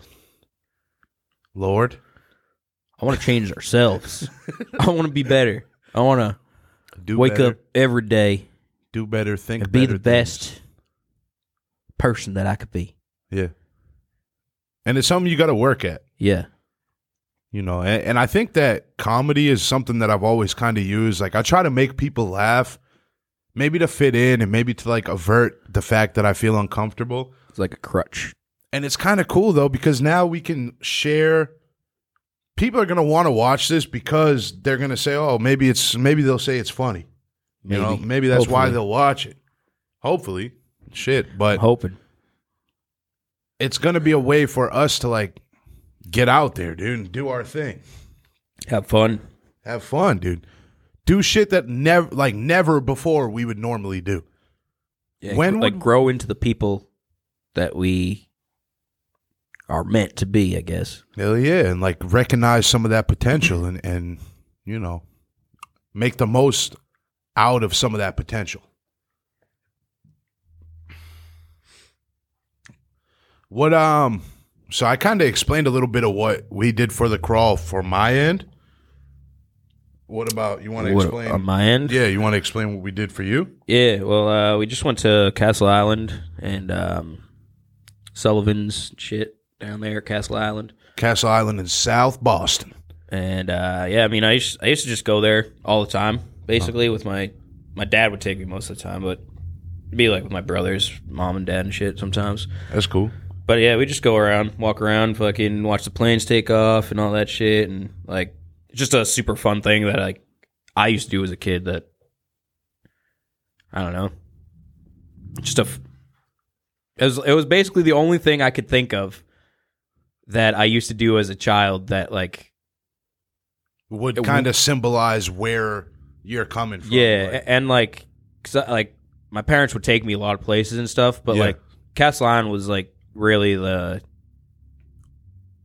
[SPEAKER 2] Lord.
[SPEAKER 1] I want to change ourselves. I want to be better. I want to
[SPEAKER 2] Do
[SPEAKER 1] wake
[SPEAKER 2] better,
[SPEAKER 1] up every day
[SPEAKER 2] do better, think
[SPEAKER 1] and be
[SPEAKER 2] better
[SPEAKER 1] the
[SPEAKER 2] things.
[SPEAKER 1] best person that I could be.
[SPEAKER 2] Yeah. And it's something you got to work at,
[SPEAKER 1] Yeah.
[SPEAKER 2] you know. And, and I think that comedy is something that I've always kind of used. Like, I try to make people laugh, maybe to fit in and maybe to like avert the fact that I feel uncomfortable.
[SPEAKER 1] It's like a crutch.
[SPEAKER 2] And it's kind of cool though, because now we can share. People are going to want to watch this because they're going to say, oh, maybe it's, maybe they'll say it's funny. You know, maybe that's why
[SPEAKER 1] Hopefully.
[SPEAKER 2] they'll watch it. Hopefully. Shit.
[SPEAKER 1] I'm
[SPEAKER 2] But
[SPEAKER 1] hoping.
[SPEAKER 2] it's going to be a way for us to like get out there, dude, and do our thing.
[SPEAKER 1] Have fun.
[SPEAKER 2] Have fun, dude. Do shit that never like never before we would normally do.
[SPEAKER 1] Yeah,
[SPEAKER 2] When
[SPEAKER 1] gr- like
[SPEAKER 2] would-
[SPEAKER 1] grow into the people that we are meant to be, I guess.
[SPEAKER 2] Hell yeah, and like recognize some of that potential and and you know, make the most out of some of that potential. What um so I kind of explained a little bit of what we did for the crawl for my end. What about you want to
[SPEAKER 1] What-
[SPEAKER 2] explain?
[SPEAKER 1] on my end?
[SPEAKER 2] yeah, you want to explain what we did for you?
[SPEAKER 1] Yeah, well, uh, we just went to Castle Island and um, Sullivan's shit down there, Castle Island.
[SPEAKER 2] Castle Island in South Boston.
[SPEAKER 1] And uh, yeah, I mean, I used, I used to just go there all the time, basically with my my dad would take me most of the time, but it'd be like with my brothers, mom and dad and shit sometimes.
[SPEAKER 2] That's cool.
[SPEAKER 1] But yeah, we just go around, walk around, fucking watch the planes take off and all that shit, and like it's just a super fun thing that like I used to do as a kid. That I don't know, just a. f- It was it was basically the only thing I could think of that I used to do as a child that like
[SPEAKER 2] Would
[SPEAKER 1] It
[SPEAKER 2] kind of symbolize where you're coming from.
[SPEAKER 1] yeah,
[SPEAKER 2] like,
[SPEAKER 1] a- and like cause I, like my parents would take me a lot of places and stuff, but
[SPEAKER 2] Yeah.
[SPEAKER 1] like Castle Island was like really the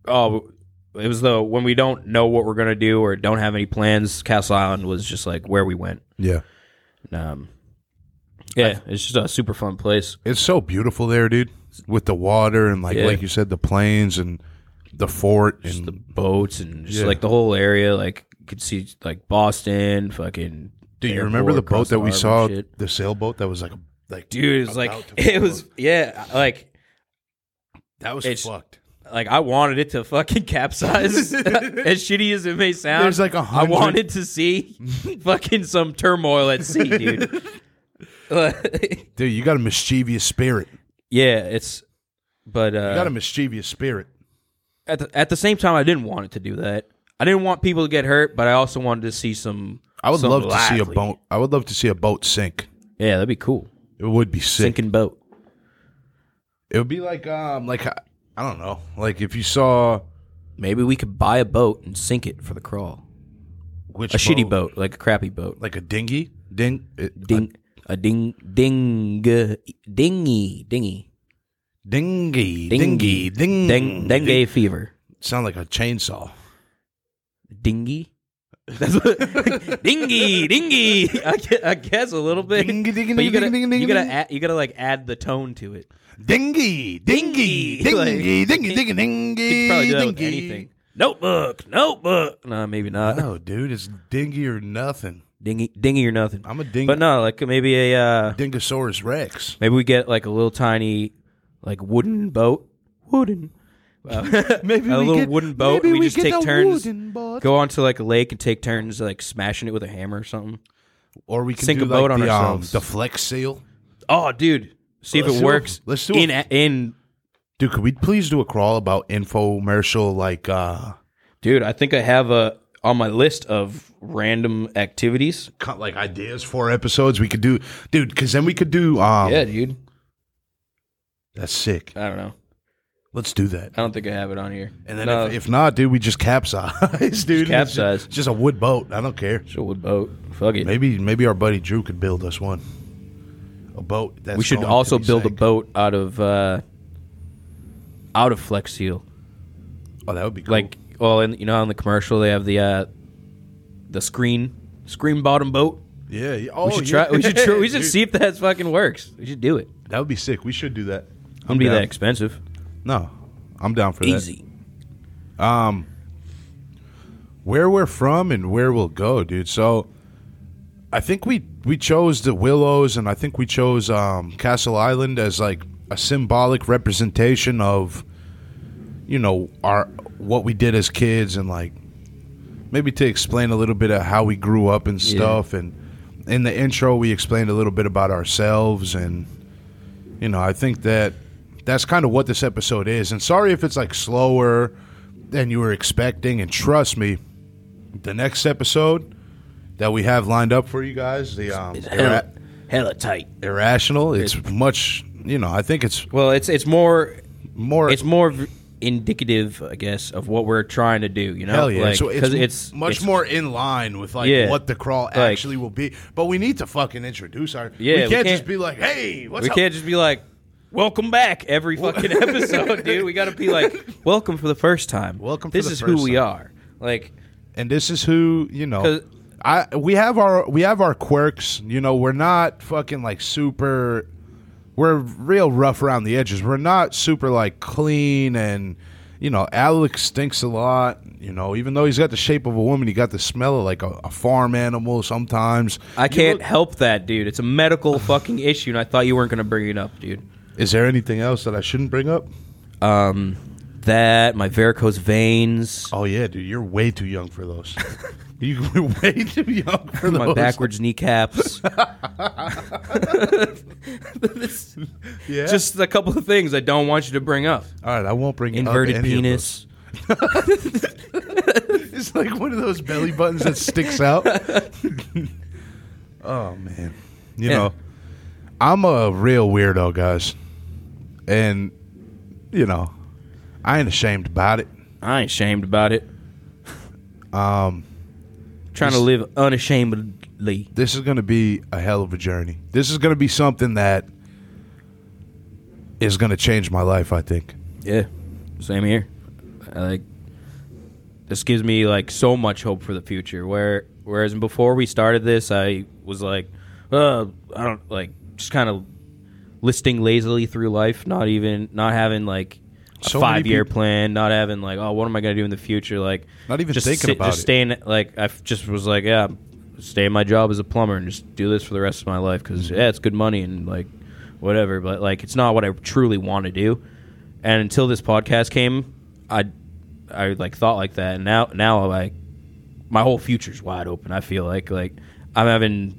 [SPEAKER 1] oh it was the when we don't know what we're gonna do or don't have any plans. Castle Island was just like where we went.
[SPEAKER 2] yeah.
[SPEAKER 1] And, um, yeah, it's just a super fun place.
[SPEAKER 2] It's so beautiful there, dude. With the water and like
[SPEAKER 1] Yeah.
[SPEAKER 2] like you said, the plains and the fort and
[SPEAKER 1] The boats and just
[SPEAKER 2] Yeah.
[SPEAKER 1] like the whole area, like you could see like Boston, fucking.
[SPEAKER 2] do you remember
[SPEAKER 1] airport
[SPEAKER 2] the boat
[SPEAKER 1] across
[SPEAKER 2] that we
[SPEAKER 1] harbor
[SPEAKER 2] saw?
[SPEAKER 1] and shit.
[SPEAKER 2] The sailboat that was like a like
[SPEAKER 1] Dude, it
[SPEAKER 2] about
[SPEAKER 1] was like
[SPEAKER 2] to
[SPEAKER 1] it
[SPEAKER 2] fall
[SPEAKER 1] was yeah, like
[SPEAKER 2] that was
[SPEAKER 1] it's-
[SPEAKER 2] fucked.
[SPEAKER 1] like I wanted it to fucking capsize. as shitty as it may sound,
[SPEAKER 2] There's like a
[SPEAKER 1] I
[SPEAKER 2] hundred-
[SPEAKER 1] wanted to see fucking some turmoil at sea, dude. Like,
[SPEAKER 2] Dude, you got a mischievous spirit.
[SPEAKER 1] yeah, it's but
[SPEAKER 2] You got
[SPEAKER 1] uh,
[SPEAKER 2] a mischievous spirit.
[SPEAKER 1] at the, at the same time, I didn't want it to do that. I didn't want people to get hurt, but I also wanted to see some.
[SPEAKER 2] I would
[SPEAKER 1] some
[SPEAKER 2] love to see a
[SPEAKER 1] lively-
[SPEAKER 2] boat. I would love to see a boat sink.
[SPEAKER 1] Yeah, that'd be cool.
[SPEAKER 2] It would be sick.
[SPEAKER 1] Sinking boat.
[SPEAKER 2] It would be like um like I I don't know like if you saw
[SPEAKER 1] Maybe we could buy a boat and sink it for the crawl.
[SPEAKER 2] which
[SPEAKER 1] A shitty boat, like a crappy boat.
[SPEAKER 2] like a dinghy, ding, eh, it-
[SPEAKER 1] Ding, a ding, ding, uh, dingy, dingy.
[SPEAKER 2] dinghy, dinghy,
[SPEAKER 1] Dinghy.
[SPEAKER 2] ding,
[SPEAKER 1] Deng- dengue fever.
[SPEAKER 2] Sound like a chainsaw.
[SPEAKER 1] Dingy. That's what dingy, dingy. I guess, I guess a little bit.
[SPEAKER 2] Dingy, dingy,
[SPEAKER 1] but you
[SPEAKER 2] dingy,
[SPEAKER 1] gotta,
[SPEAKER 2] dingy, dingy,
[SPEAKER 1] you gotta,
[SPEAKER 2] dingy.
[SPEAKER 1] add, you gotta like add the tone to it.
[SPEAKER 2] Dinghy, dinghy,
[SPEAKER 1] Dinghy. Like,
[SPEAKER 2] dinghy, dinghy, dinghy,
[SPEAKER 1] You
[SPEAKER 2] dinghy.
[SPEAKER 1] can probably do that with
[SPEAKER 2] dinghy.
[SPEAKER 1] anything. Notebook, notebook. No, maybe not.
[SPEAKER 2] No, dude, it's dinghy or nothing.
[SPEAKER 1] Dingy, dingy or nothing.
[SPEAKER 2] I'm a ding-
[SPEAKER 1] But no, like maybe a, uh,
[SPEAKER 2] Dingosaurus Rex.
[SPEAKER 1] maybe we get like a little tiny, like wooden boat, wooden. Uh,
[SPEAKER 2] Maybe
[SPEAKER 1] a
[SPEAKER 2] we
[SPEAKER 1] little
[SPEAKER 2] get-
[SPEAKER 1] wooden boat.
[SPEAKER 2] maybe
[SPEAKER 1] and we,
[SPEAKER 2] we
[SPEAKER 1] just
[SPEAKER 2] get
[SPEAKER 1] take
[SPEAKER 2] a
[SPEAKER 1] turns,
[SPEAKER 2] wooden boat.
[SPEAKER 1] go onto like a lake and take turns like smashing it with a hammer or something.
[SPEAKER 2] Or we can
[SPEAKER 1] Sink
[SPEAKER 2] do
[SPEAKER 1] a
[SPEAKER 2] like
[SPEAKER 1] boat on
[SPEAKER 2] the,
[SPEAKER 1] ourselves.
[SPEAKER 2] Um, the flex seal.
[SPEAKER 1] Oh, dude, see
[SPEAKER 2] Let's do
[SPEAKER 1] if it
[SPEAKER 2] a-
[SPEAKER 1] works.
[SPEAKER 2] let's do a-
[SPEAKER 1] in in
[SPEAKER 2] Dude, could we please do a crawl about infomercial like uh
[SPEAKER 1] dude. I think I have a on my list of random activities.
[SPEAKER 2] cut like ideas for episodes we could do dude cuz then we could do um
[SPEAKER 1] yeah, dude.
[SPEAKER 2] that's sick.
[SPEAKER 1] Oh. I don't know.
[SPEAKER 2] Let's do that.
[SPEAKER 1] I don't think I have it on here.
[SPEAKER 2] And then
[SPEAKER 1] No,
[SPEAKER 2] if, if not, dude, we just capsize, dude.
[SPEAKER 1] capsize.
[SPEAKER 2] It's just a wood boat. I don't care.
[SPEAKER 1] it's a wood boat. Fuck it.
[SPEAKER 2] Maybe maybe our buddy Drew could build us one. A boat. That's
[SPEAKER 1] we should
[SPEAKER 2] going to
[SPEAKER 1] also
[SPEAKER 2] be
[SPEAKER 1] build a
[SPEAKER 2] sick.
[SPEAKER 1] boat out of uh, out of Flex Seal.
[SPEAKER 2] Oh, that would be cool.
[SPEAKER 1] Like, well, in, you know, on the commercial they have the uh, the screen screen bottom boat.
[SPEAKER 2] yeah. yeah. Oh,
[SPEAKER 1] We should
[SPEAKER 2] yeah.
[SPEAKER 1] try. We should. Try, we should
[SPEAKER 2] Dude,
[SPEAKER 1] see if that fucking works. We should do it.
[SPEAKER 2] That would be sick. We should do that.
[SPEAKER 1] Wouldn't be
[SPEAKER 2] down.
[SPEAKER 1] that expensive.
[SPEAKER 2] No, I'm down for that.
[SPEAKER 1] Easy.
[SPEAKER 2] Where we're from and where we'll go, dude. So, I think we we chose the Willows and I think we chose um, Castle Island as like a symbolic representation of, you know, our what we did as kids and like maybe to explain a little bit of how we grew up and stuff. And in the intro, we explained a little bit about ourselves and you know, I think that that's kind of what this episode is. And sorry if it's like slower than you were expecting. And trust me, the next episode that we have lined up for you guys, the um,
[SPEAKER 1] Hella,
[SPEAKER 2] irra-
[SPEAKER 1] hella tight.
[SPEAKER 2] irrational, it's much. You know, I think it's
[SPEAKER 1] Well, it's it's more
[SPEAKER 2] more.
[SPEAKER 1] it's more v- indicative, I guess, of what we're trying to do. You know,
[SPEAKER 2] hell yeah!
[SPEAKER 1] Like,
[SPEAKER 2] so it's,
[SPEAKER 1] 'cause
[SPEAKER 2] much
[SPEAKER 1] it's-
[SPEAKER 2] more in line with like
[SPEAKER 1] Yeah.
[SPEAKER 2] what the crawl
[SPEAKER 1] Like-
[SPEAKER 2] actually will be. But we need to fucking introduce our.
[SPEAKER 1] Yeah,
[SPEAKER 2] we
[SPEAKER 1] we
[SPEAKER 2] can't, just
[SPEAKER 1] can't-
[SPEAKER 2] be like, "Hey, what's
[SPEAKER 1] We
[SPEAKER 2] up?"
[SPEAKER 1] can't just be like, "Welcome back" every fucking episode, dude. We got to be like, "Welcome for the first time."
[SPEAKER 2] Welcome for
[SPEAKER 1] This
[SPEAKER 2] the
[SPEAKER 1] is
[SPEAKER 2] first
[SPEAKER 1] who we
[SPEAKER 2] time.
[SPEAKER 1] are. Like,
[SPEAKER 2] and this is who you know
[SPEAKER 1] 'Cause-
[SPEAKER 2] i we have our we have our quirks you know we're not fucking like super we're real rough around the edges we're not super like clean and you know alex stinks a lot you know even though he's got the shape of a woman he got the smell of like a, a farm animal sometimes
[SPEAKER 1] I
[SPEAKER 2] You
[SPEAKER 1] can't
[SPEAKER 2] look-
[SPEAKER 1] help that, dude. It's a medical fucking issue, and I thought you weren't going to bring it up, dude.
[SPEAKER 2] is there anything else that i shouldn't bring up
[SPEAKER 1] Um, that my varicose veins,
[SPEAKER 2] oh yeah dude you're way too young for those you're way too young for
[SPEAKER 1] my
[SPEAKER 2] those
[SPEAKER 1] backwards kneecaps,
[SPEAKER 2] yeah
[SPEAKER 1] just a couple of things I don't want you to bring up.
[SPEAKER 2] all right i won't bring up
[SPEAKER 1] Inverted
[SPEAKER 2] any of those.
[SPEAKER 1] penis.
[SPEAKER 2] It's like one of those belly buttons that sticks out. oh man, you
[SPEAKER 1] Yeah.
[SPEAKER 2] know, I'm a real weirdo, guys, and you know, I ain't ashamed about it.
[SPEAKER 1] I ain't ashamed about it. Um,
[SPEAKER 2] Um,
[SPEAKER 1] trying to live unashamedly.
[SPEAKER 2] This is going to be a hell of a journey. This is going to be something that is going to change my life. I think.
[SPEAKER 1] Yeah, same here. I, like this gives me like so much hope for the future. Where whereas before we started this, I was like, uh, I don't like just kind of listing lazily through life, not even not having like a
[SPEAKER 2] So many
[SPEAKER 1] five year
[SPEAKER 2] peop-
[SPEAKER 1] plan, not having like, oh, what am I gonna do in the future? Like,
[SPEAKER 2] Not even
[SPEAKER 1] just
[SPEAKER 2] thinking
[SPEAKER 1] sit-
[SPEAKER 2] about
[SPEAKER 1] just
[SPEAKER 2] it.
[SPEAKER 1] Staying like I f- just was like, yeah, stay in my job as a plumber and just do this for the rest of my life because
[SPEAKER 2] Mm-hmm.
[SPEAKER 1] yeah, it's good money and like whatever, but like it's not what I truly want to do. And until this podcast came, I I like thought like that, and now now like my whole future's wide open. I feel like like I'm having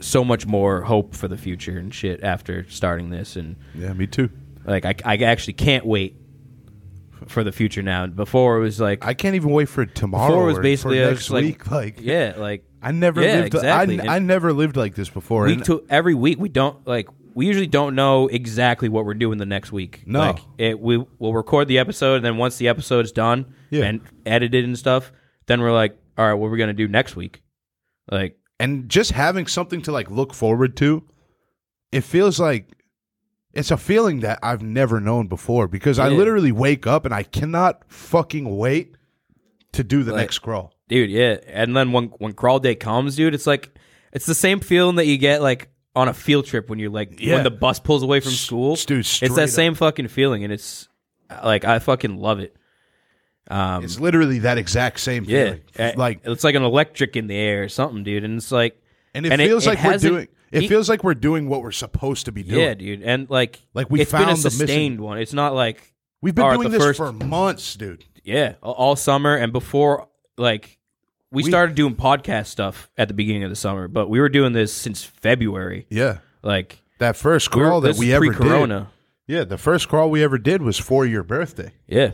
[SPEAKER 1] so much more hope for the future and shit after starting this and
[SPEAKER 2] Yeah, me too.
[SPEAKER 1] like I, I actually can't wait for the future now. Before it was like
[SPEAKER 2] I can't even wait for tomorrow.
[SPEAKER 1] before it was
[SPEAKER 2] or
[SPEAKER 1] basically
[SPEAKER 2] for
[SPEAKER 1] I
[SPEAKER 2] next
[SPEAKER 1] was just like,
[SPEAKER 2] week. Like,
[SPEAKER 1] yeah, like
[SPEAKER 2] I never
[SPEAKER 1] yeah,
[SPEAKER 2] lived.
[SPEAKER 1] exactly.
[SPEAKER 2] I,
[SPEAKER 1] And
[SPEAKER 2] I never lived like this before.
[SPEAKER 1] week
[SPEAKER 2] and-
[SPEAKER 1] to every week we don't like we usually don't know exactly what we're doing the next week.
[SPEAKER 2] No.
[SPEAKER 1] like, it, we will record the episode and then once the episode's done
[SPEAKER 2] Yeah.
[SPEAKER 1] and edited and stuff, then we're like, all right, what are we gonna do next week? Like
[SPEAKER 2] and just having something to like look forward to it feels like it's a feeling that i've never known before because i
[SPEAKER 1] Yeah.
[SPEAKER 2] literally wake up and i cannot fucking wait to do the
[SPEAKER 1] Like-
[SPEAKER 2] next crawl
[SPEAKER 1] dude yeah and then when when crawl day comes dude it's like it's the same feeling that you get like on a field trip when you're like
[SPEAKER 2] Yeah.
[SPEAKER 1] when the bus pulls away from school
[SPEAKER 2] dude,
[SPEAKER 1] it's
[SPEAKER 2] straight up.
[SPEAKER 1] that same fucking feeling and it's like i fucking love it um
[SPEAKER 2] it's literally that exact same
[SPEAKER 1] yeah
[SPEAKER 2] feeling
[SPEAKER 1] Uh,
[SPEAKER 2] like
[SPEAKER 1] it's like an electric in the air or something dude and it's like
[SPEAKER 2] and it
[SPEAKER 1] and it-
[SPEAKER 2] feels
[SPEAKER 1] it
[SPEAKER 2] like we're
[SPEAKER 1] hasn't-
[SPEAKER 2] doing It
[SPEAKER 1] He-
[SPEAKER 2] feels like we're doing what we're supposed to be doing.
[SPEAKER 1] Yeah, dude, and like
[SPEAKER 2] Like, we
[SPEAKER 1] it's been a
[SPEAKER 2] found the missing-
[SPEAKER 1] sustained one. It's not like
[SPEAKER 2] We've been
[SPEAKER 1] Or
[SPEAKER 2] doing
[SPEAKER 1] the
[SPEAKER 2] this
[SPEAKER 1] first-
[SPEAKER 2] for months, dude.
[SPEAKER 1] yeah, a- all summer and before like we,
[SPEAKER 2] We-
[SPEAKER 1] started doing podcast stuff at the beginning of the summer, but we were doing this since February.
[SPEAKER 2] Yeah.
[SPEAKER 1] Like
[SPEAKER 2] That first
[SPEAKER 1] we were-
[SPEAKER 2] crawl
[SPEAKER 1] this
[SPEAKER 2] that
[SPEAKER 1] is
[SPEAKER 2] we ever did.
[SPEAKER 1] pre-corona.
[SPEAKER 2] Yeah, the first crawl we ever did was for your birthday.
[SPEAKER 1] Yeah.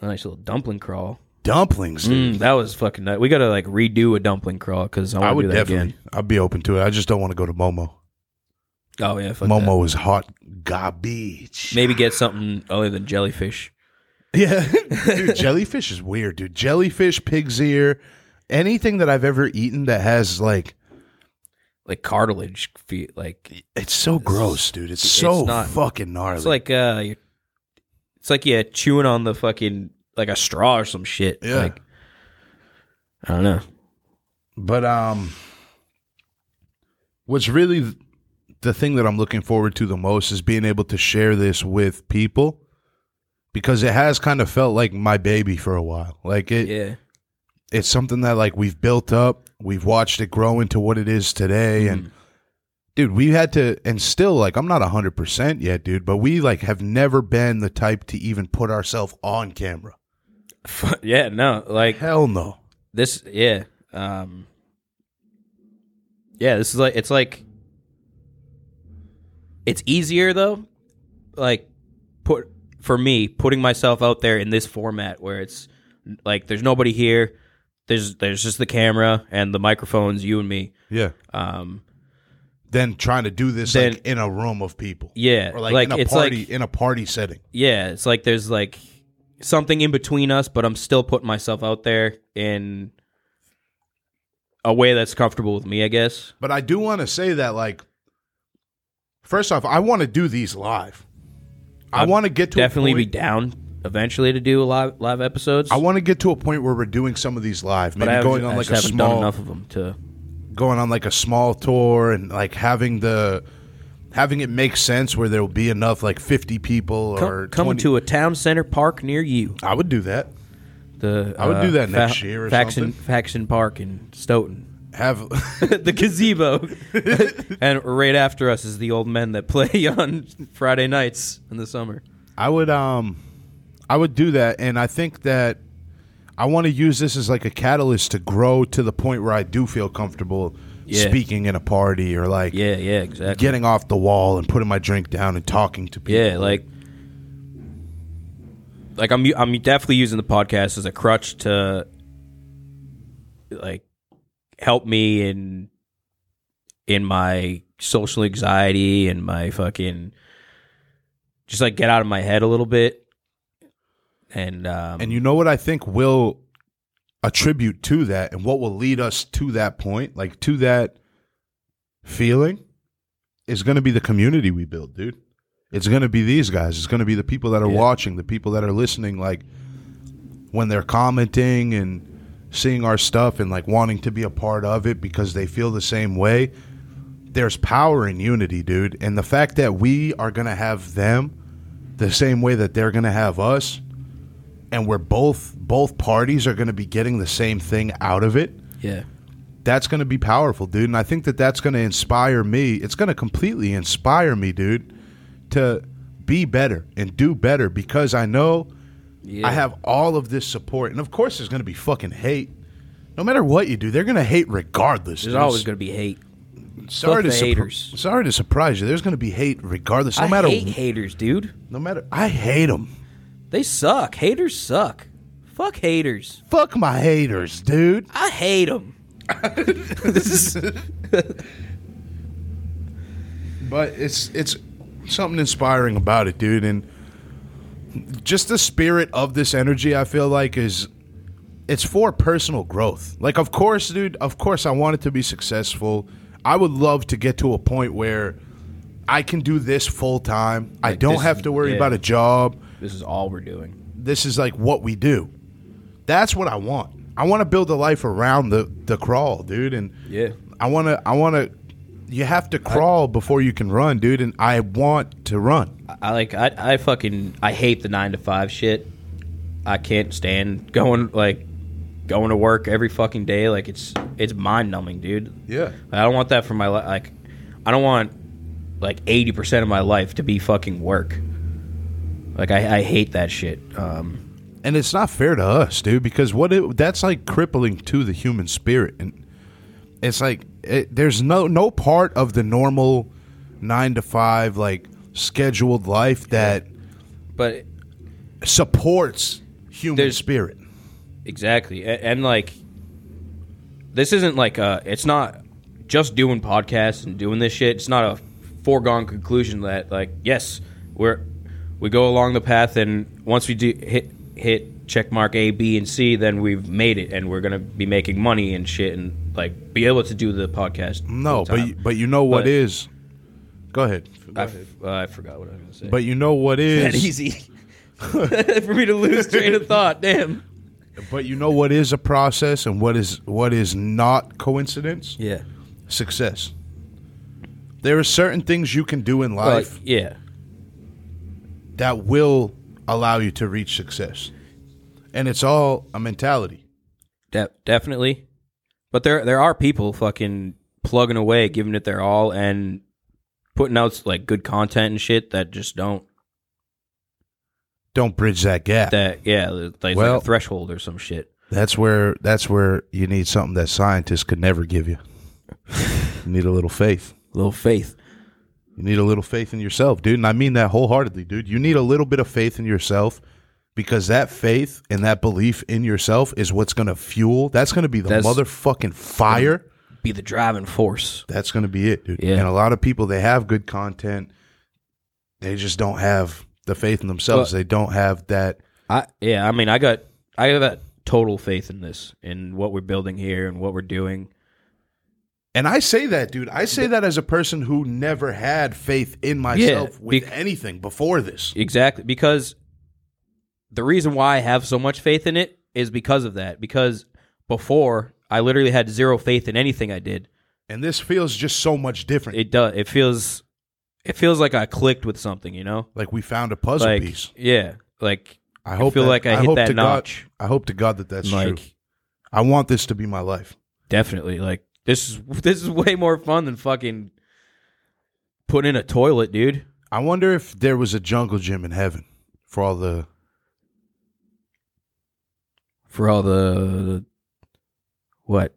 [SPEAKER 1] A nice little dumpling crawl.
[SPEAKER 2] Dumplings, dude.
[SPEAKER 1] Mm, that was fucking nice. We got to like redo a dumpling crawl cuz
[SPEAKER 2] I
[SPEAKER 1] I want to do
[SPEAKER 2] would
[SPEAKER 1] that
[SPEAKER 2] definitely.
[SPEAKER 1] again.
[SPEAKER 2] I'd be open to it. I just don't want to go to Momo.
[SPEAKER 1] Oh yeah, fuck that.
[SPEAKER 2] Momo is hot garbage.
[SPEAKER 1] Maybe get something other than jellyfish.
[SPEAKER 2] Yeah. dude, jellyfish is weird, dude. Jellyfish, pig's ear, anything that I've ever eaten that has like
[SPEAKER 1] Like cartilage feet like
[SPEAKER 2] it's so gross, dude. It's so
[SPEAKER 1] it's not-
[SPEAKER 2] fucking gnarly.
[SPEAKER 1] it's like uh you're, it's like yeah, chewing on the fucking like a straw or some shit.
[SPEAKER 2] Yeah.
[SPEAKER 1] Like I don't know.
[SPEAKER 2] But um what's really th- the thing that I'm looking forward to the most is being able to share this with people because it has kind of felt like my baby for a while. Like it
[SPEAKER 1] Yeah.
[SPEAKER 2] it's something that like we've built up, we've watched it grow into what it is today
[SPEAKER 1] Hmm.
[SPEAKER 2] and dude, we had to and still like I'm not 100% yet, dude, but we like have never been the type to even put ourselves on camera.
[SPEAKER 1] yeah, no. Like
[SPEAKER 2] Hell no.
[SPEAKER 1] this yeah um yeah this is like it's like it's easier though like put for me putting myself out there in this format where it's like there's nobody here there's there's just the camera and the microphones you and me
[SPEAKER 2] Yeah.
[SPEAKER 1] um
[SPEAKER 2] Than trying to do this
[SPEAKER 1] Then-
[SPEAKER 2] like in a room of people.
[SPEAKER 1] yeah
[SPEAKER 2] or like, in a
[SPEAKER 1] it's
[SPEAKER 2] party
[SPEAKER 1] like
[SPEAKER 2] in a party setting.
[SPEAKER 1] yeah it's like there's like something in between us but i'm still putting myself out there in a way that's comfortable with me i guess
[SPEAKER 2] But I do want to say that like first off, I want to do these live. I
[SPEAKER 1] I'd
[SPEAKER 2] want to get to
[SPEAKER 1] definitely
[SPEAKER 2] a
[SPEAKER 1] be
[SPEAKER 2] point,
[SPEAKER 1] down eventually to do live live episodes.
[SPEAKER 2] I want to get to a point where we're doing some of these live,
[SPEAKER 1] but
[SPEAKER 2] maybe
[SPEAKER 1] I haven't-
[SPEAKER 2] going on
[SPEAKER 1] I
[SPEAKER 2] like
[SPEAKER 1] just
[SPEAKER 2] a
[SPEAKER 1] haven't done
[SPEAKER 2] small
[SPEAKER 1] enough of them to.
[SPEAKER 2] going on like a small tour and like having the having it make sense where there will be enough like 50 people or
[SPEAKER 1] Come, come
[SPEAKER 2] 20
[SPEAKER 1] to a town center park near you.
[SPEAKER 2] I would do that.
[SPEAKER 1] The
[SPEAKER 2] I would
[SPEAKER 1] uh,
[SPEAKER 2] do that next year or something.
[SPEAKER 1] Faxon, Faxon Park in Stoughton,
[SPEAKER 2] Have
[SPEAKER 1] the gazebo, and right after us is the old men that play on Friday nights in the summer.
[SPEAKER 2] I would um I would do that and I think that I want to use this as like a catalyst to grow to the point where I do feel comfortable
[SPEAKER 1] Yeah.
[SPEAKER 2] speaking in a party or like
[SPEAKER 1] Yeah, yeah, exactly.
[SPEAKER 2] getting off the wall and putting my drink down and talking to people.
[SPEAKER 1] Yeah, like like I'm u- I'm definitely using the podcast as a crutch to like help me in in my social anxiety and my fucking just like get out of my head a little bit and um
[SPEAKER 2] And you know what I think will attribute to that and what will lead us to that point, like to that feeling, is going to be the community we build, dude. It's going to be these guys. It's going to be the people that are
[SPEAKER 1] Yeah.
[SPEAKER 2] watching, the people that are listening, like when they're commenting and seeing our stuff and like wanting to be a part of it because they feel the same way. There's power in unity, dude. And the fact that we are going to have them the same way that they're going to have us and we're both both parties are going to be getting the same thing out of it
[SPEAKER 1] yeah
[SPEAKER 2] that's going to be powerful dude and i think that that's going to inspire me it's going to completely inspire me dude to be better and do better because i know
[SPEAKER 1] yeah
[SPEAKER 2] i have all of this support and of course there's going to be fucking hate no matter what you do they're going to hate regardless
[SPEAKER 1] there's
[SPEAKER 2] dude.
[SPEAKER 1] always going to be hate
[SPEAKER 2] sorry
[SPEAKER 1] fuck
[SPEAKER 2] to
[SPEAKER 1] the
[SPEAKER 2] surpri-
[SPEAKER 1] haters.
[SPEAKER 2] sorry to surprise you there's going to be hate regardless no
[SPEAKER 1] I
[SPEAKER 2] matter
[SPEAKER 1] hate haters dude
[SPEAKER 2] no matter i hate them
[SPEAKER 1] they suck haters suck fuck haters
[SPEAKER 2] fuck my haters dude
[SPEAKER 1] I hate them
[SPEAKER 2] but it's it's something inspiring about it, dude, and just the spirit of this energy. I feel like is it's for personal growth. Like, of course, dude, of course, I want it to be successful. I would love to get to a point where I can do this full time. I
[SPEAKER 1] Like,
[SPEAKER 2] don't
[SPEAKER 1] this
[SPEAKER 2] have
[SPEAKER 1] is-
[SPEAKER 2] to worry
[SPEAKER 1] yeah.
[SPEAKER 2] about a job.
[SPEAKER 1] this is all we're doing
[SPEAKER 2] This is like what we do. That's what I want. I want to build a life around the the crawl, dude, and
[SPEAKER 1] yeah
[SPEAKER 2] I want to. I want to. You have to crawl before you can run, dude. And I want to run.
[SPEAKER 1] I like I, I fucking I hate the nine to five shit. I can't stand going like going to work every fucking day. Like it's it's mind numbing, dude.
[SPEAKER 2] Yeah.
[SPEAKER 1] I don't want that for my life. Like I don't want like 80% of my life to be fucking work. Like, I, I hate that shit. Um,
[SPEAKER 2] And it's not fair to us, dude, because what it, that's like crippling to the human spirit. And it's like it, there's no no part of the normal 9 to 5 like scheduled life that
[SPEAKER 1] but
[SPEAKER 2] supports human
[SPEAKER 1] There's-
[SPEAKER 2] spirit.
[SPEAKER 1] Exactly, and, and like, this isn't like uh, it's not just doing podcasts and doing this shit. It's not a foregone conclusion that like, yes, we're we go along the path, and once we do hit hit check mark A, B, and C, then we've made it, and we're gonna be making money and shit, and like be able to do the podcast.
[SPEAKER 2] No,
[SPEAKER 1] full
[SPEAKER 2] but
[SPEAKER 1] time.
[SPEAKER 2] you, but you know what
[SPEAKER 1] But-
[SPEAKER 2] is. Go ahead.
[SPEAKER 1] I, f- uh, I forgot what I was gonna say.
[SPEAKER 2] But you know what
[SPEAKER 1] that
[SPEAKER 2] is.
[SPEAKER 1] easy for me to lose train of thought. Damn.
[SPEAKER 2] But you know what is a process and what is what is not coincidence?
[SPEAKER 1] Yeah.
[SPEAKER 2] Success. There are certain things you can do in
[SPEAKER 1] Well,
[SPEAKER 2] life
[SPEAKER 1] yeah.
[SPEAKER 2] that will allow you to reach success. And it's all a mentality.
[SPEAKER 1] De- definitely. But there there are people fucking plugging away, giving it their all, and putting out like good content and shit that just don't.
[SPEAKER 2] Don't bridge that gap.
[SPEAKER 1] That yeah, it's like
[SPEAKER 2] Well-
[SPEAKER 1] a threshold or some shit.
[SPEAKER 2] that's where that's where you need something that scientists could never give you. you need a little faith.
[SPEAKER 1] Little faith.
[SPEAKER 2] You need a little faith in yourself, dude. And I mean that wholeheartedly, dude. You need a little bit of faith in yourself because that faith and that belief in yourself is what's going to fuel. That's going to be the
[SPEAKER 1] That's-
[SPEAKER 2] motherfucking fire.
[SPEAKER 1] Be the driving force.
[SPEAKER 2] That's going to be it, dude.
[SPEAKER 1] Yeah.
[SPEAKER 2] And a lot of people, they have good content. They just don't have the faith in themselves. they don't have that.
[SPEAKER 1] I yeah, I mean, I got I got total faith in this, in what we're building here and what we're doing.
[SPEAKER 2] And I say that, dude. I say that as a person who never had faith in myself with
[SPEAKER 1] bec-
[SPEAKER 2] anything before this.
[SPEAKER 1] Exactly, because the reason why I have so much faith in it is because of that. Because before, I literally had zero faith in anything I did.
[SPEAKER 2] And this feels just so much different.
[SPEAKER 1] it does it feels it feels like i clicked with something you know
[SPEAKER 2] like we found a puzzle
[SPEAKER 1] like
[SPEAKER 2] piece.
[SPEAKER 1] yeah like
[SPEAKER 2] I hope
[SPEAKER 1] feel
[SPEAKER 2] that-
[SPEAKER 1] like I hit
[SPEAKER 2] hope
[SPEAKER 1] that
[SPEAKER 2] to God-
[SPEAKER 1] notch.
[SPEAKER 2] I hope to God that that's
[SPEAKER 1] like
[SPEAKER 2] true. I want this to be my life.
[SPEAKER 1] definitely like this is this is way more fun than fucking putting in a toilet dude
[SPEAKER 2] I wonder if there was a jungle gym in heaven for all the
[SPEAKER 1] for all the what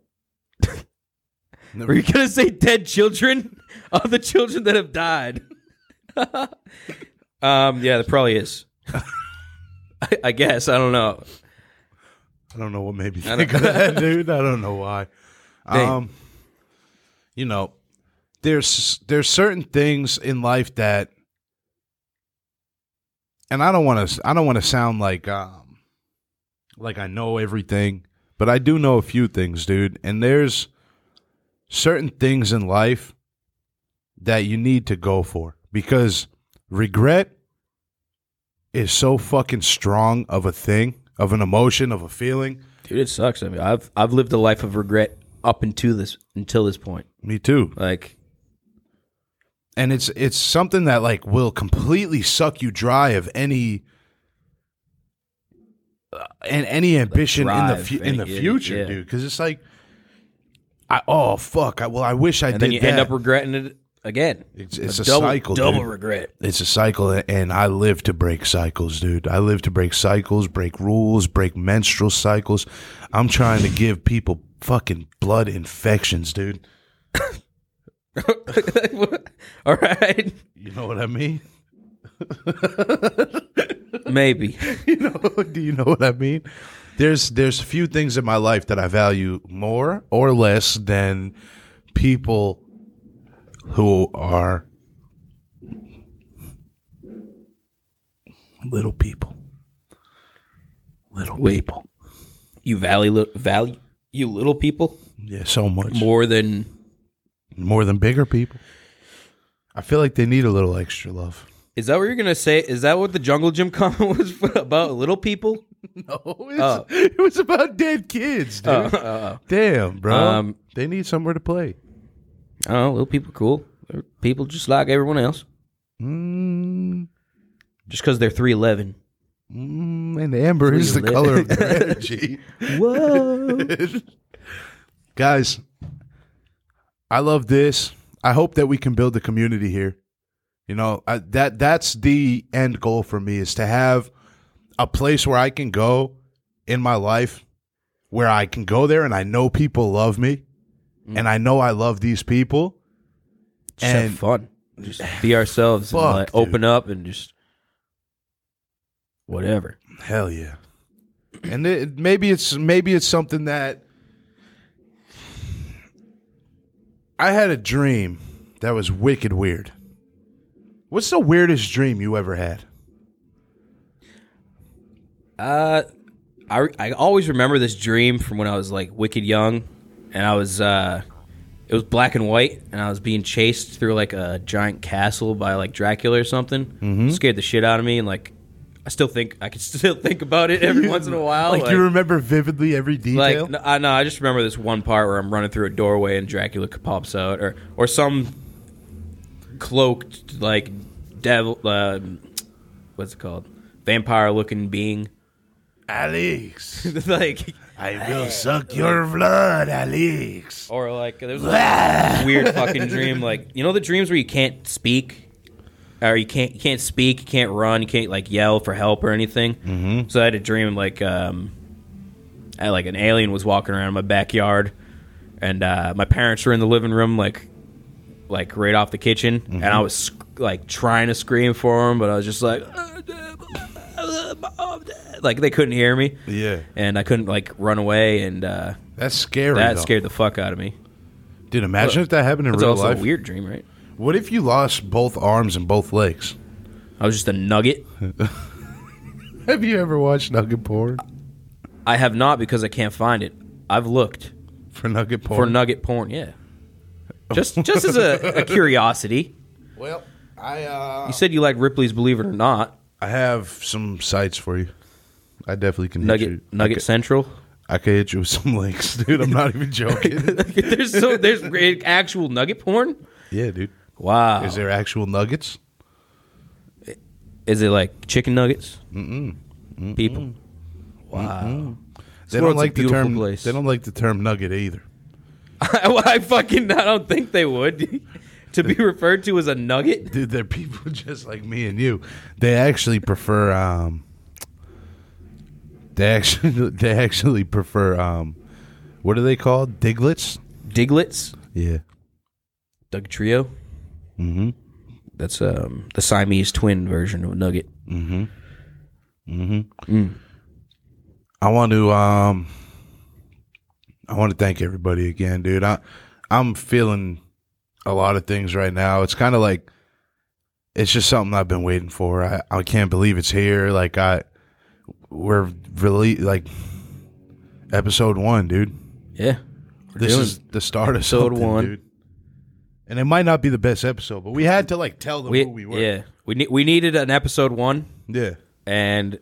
[SPEAKER 1] were you gonna say dead children all the children that have died um yeah there probably is I, I guess i don't know
[SPEAKER 2] I don't know what made me
[SPEAKER 1] I
[SPEAKER 2] think of
[SPEAKER 1] don't-
[SPEAKER 2] that, dude. I don't know why.
[SPEAKER 1] Dang.
[SPEAKER 2] Um, you know, there's there's certain things in life that, and I don't want to I don't want to sound like um, like I know everything, but I do know a few things, dude. And there's certain things in life that you need to go for because regret is so fucking strong of a thing, of an emotion, of a feeling.
[SPEAKER 1] dude it sucks i mean i've i've lived a life of regret up until this until this point
[SPEAKER 2] Me too.
[SPEAKER 1] like
[SPEAKER 2] And it's it's something that like will completely suck you dry of any uh, and any ambition in the
[SPEAKER 1] drive,
[SPEAKER 2] fu- in
[SPEAKER 1] any-
[SPEAKER 2] the
[SPEAKER 1] yeah,
[SPEAKER 2] future,
[SPEAKER 1] yeah.
[SPEAKER 2] dude. Because it's like, I oh fuck, I well I wish I
[SPEAKER 1] and
[SPEAKER 2] did
[SPEAKER 1] then you
[SPEAKER 2] that.
[SPEAKER 1] end up regretting it again.
[SPEAKER 2] it's it's a
[SPEAKER 1] double,
[SPEAKER 2] cycle,
[SPEAKER 1] double
[SPEAKER 2] dude.
[SPEAKER 1] regret.
[SPEAKER 2] It's a cycle, and I live to break cycles, dude. I live to break cycles, break rules, break menstrual cycles. I'm trying to give people fucking blood infections, dude.
[SPEAKER 1] All right,
[SPEAKER 2] You know what I mean?
[SPEAKER 1] maybe.
[SPEAKER 2] you know do you know what i mean there's there's few things in my life that i value more or less than people who are little people little people
[SPEAKER 1] You value li- value you little people
[SPEAKER 2] yeah so much more,
[SPEAKER 1] more than
[SPEAKER 2] than bigger people i feel like they need a little extra love
[SPEAKER 1] is that what you're gonna say? Is that what the jungle gym comment was about? Little people.
[SPEAKER 2] no it's, it was about dead kids dude
[SPEAKER 1] Uh, uh,
[SPEAKER 2] damn bro
[SPEAKER 1] Um,
[SPEAKER 2] they need somewhere to play
[SPEAKER 1] oh, little people cool. They're People just like everyone else.
[SPEAKER 2] mm.
[SPEAKER 1] Just because they're three eleven.
[SPEAKER 2] Mm, and amber is the
[SPEAKER 1] lit.
[SPEAKER 2] color of their energy.
[SPEAKER 1] Whoa.
[SPEAKER 2] Guys, I love this. I hope that we can build a community here. You know, I, that that's the end goal for me is to have a place where I can go in my life where I can go there and I know people love me and I know I love these people.
[SPEAKER 1] Just
[SPEAKER 2] And-
[SPEAKER 1] have fun. Just be ourselves and
[SPEAKER 2] Fuck,
[SPEAKER 1] like,
[SPEAKER 2] dude.
[SPEAKER 1] open up and just whatever.
[SPEAKER 2] Hell yeah. And it, maybe it's maybe it's something that I had a dream that was wicked weird. What's the weirdest dream you ever had?
[SPEAKER 1] Uh, I I always remember this dream from when I was like wicked young, and I was uh, it was black and white, and I was being chased through like a giant castle by like Dracula or something.
[SPEAKER 2] Mm-hmm.
[SPEAKER 1] Scared the shit out of me, and like I still think I can still think about it every once in a while.
[SPEAKER 2] Like, you remember vividly every detail?
[SPEAKER 1] Like no, I no, I just remember this one part where I'm running through a doorway and Dracula pops out, or or some cloaked like devil, uh, what's it called, vampire looking being.
[SPEAKER 2] Alex,
[SPEAKER 1] like
[SPEAKER 2] I will suck your blood, Alex.
[SPEAKER 1] or like there's a weird fucking dream like you know the dreams where you can't speak or you can't you can't speak you can't run you can't like yell for help or anything mm-hmm. so i had a dream like um I, like an alien was walking around in my backyard and uh my parents were in the living room like like right off the kitchen and i was sc- like trying to scream for them but i was just like "Oh, like they couldn't hear me
[SPEAKER 2] Yeah.
[SPEAKER 1] and i couldn't like run away and uh
[SPEAKER 2] That's scary.
[SPEAKER 1] that
[SPEAKER 2] though.
[SPEAKER 1] scared the fuck out of me.
[SPEAKER 2] Dude, imagine if that happened in
[SPEAKER 1] That's
[SPEAKER 2] real
[SPEAKER 1] also
[SPEAKER 2] life.
[SPEAKER 1] a weird dream, right?
[SPEAKER 2] What if you lost both arms and both legs?
[SPEAKER 1] I was just a nugget.
[SPEAKER 2] Have you ever watched Nugget Porn?
[SPEAKER 1] I have not because I can't find it. I've looked
[SPEAKER 2] For Nugget Porn?
[SPEAKER 1] for nugget porn. Oh. Yeah, just just as a, a curiosity.
[SPEAKER 2] Well, I uh,
[SPEAKER 1] You said you like Ripley's Believe It or Not.
[SPEAKER 2] I have some sites for you. I definitely can
[SPEAKER 1] Nugget
[SPEAKER 2] hit you.
[SPEAKER 1] Nugget Central.
[SPEAKER 2] I could hit you with some links, dude. I'm not even joking.
[SPEAKER 1] there's so there's re- actual nugget porn.
[SPEAKER 2] yeah, dude.
[SPEAKER 1] Wow.
[SPEAKER 2] Is
[SPEAKER 1] Is,
[SPEAKER 2] there actual nuggets?
[SPEAKER 1] it like chicken nuggets? Mm-mm. People. Wow.
[SPEAKER 2] They
[SPEAKER 1] world's
[SPEAKER 2] don't
[SPEAKER 1] a
[SPEAKER 2] like the
[SPEAKER 1] beautiful
[SPEAKER 2] term.
[SPEAKER 1] place.
[SPEAKER 2] They don't like the term nugget either.
[SPEAKER 1] I, I fucking I don't think they would. to be referred to as a nugget.
[SPEAKER 2] Dude, they're people just like me and you. They actually prefer. Um, they actually they actually prefer. Um, what are they called? Diglets.
[SPEAKER 1] Diglets.
[SPEAKER 2] Yeah.
[SPEAKER 1] Doug Trio. Mm-hmm. That's um the Siamese twin version of Nugget.
[SPEAKER 2] I want to um I want to thank everybody again, dude. I I'm feeling a lot of things right now. It's kind of like it's just something I've been waiting for. I, I can't believe it's here. Like I we're really like episode 1, dude.
[SPEAKER 1] Yeah. We're
[SPEAKER 2] This
[SPEAKER 1] doing
[SPEAKER 2] is the start of
[SPEAKER 1] episode
[SPEAKER 2] something,
[SPEAKER 1] one.
[SPEAKER 2] dude. And it might not be the best episode, but we had to like tell them
[SPEAKER 1] we,
[SPEAKER 2] who we were.
[SPEAKER 1] yeah. We need we needed an episode one
[SPEAKER 2] Yeah.
[SPEAKER 1] and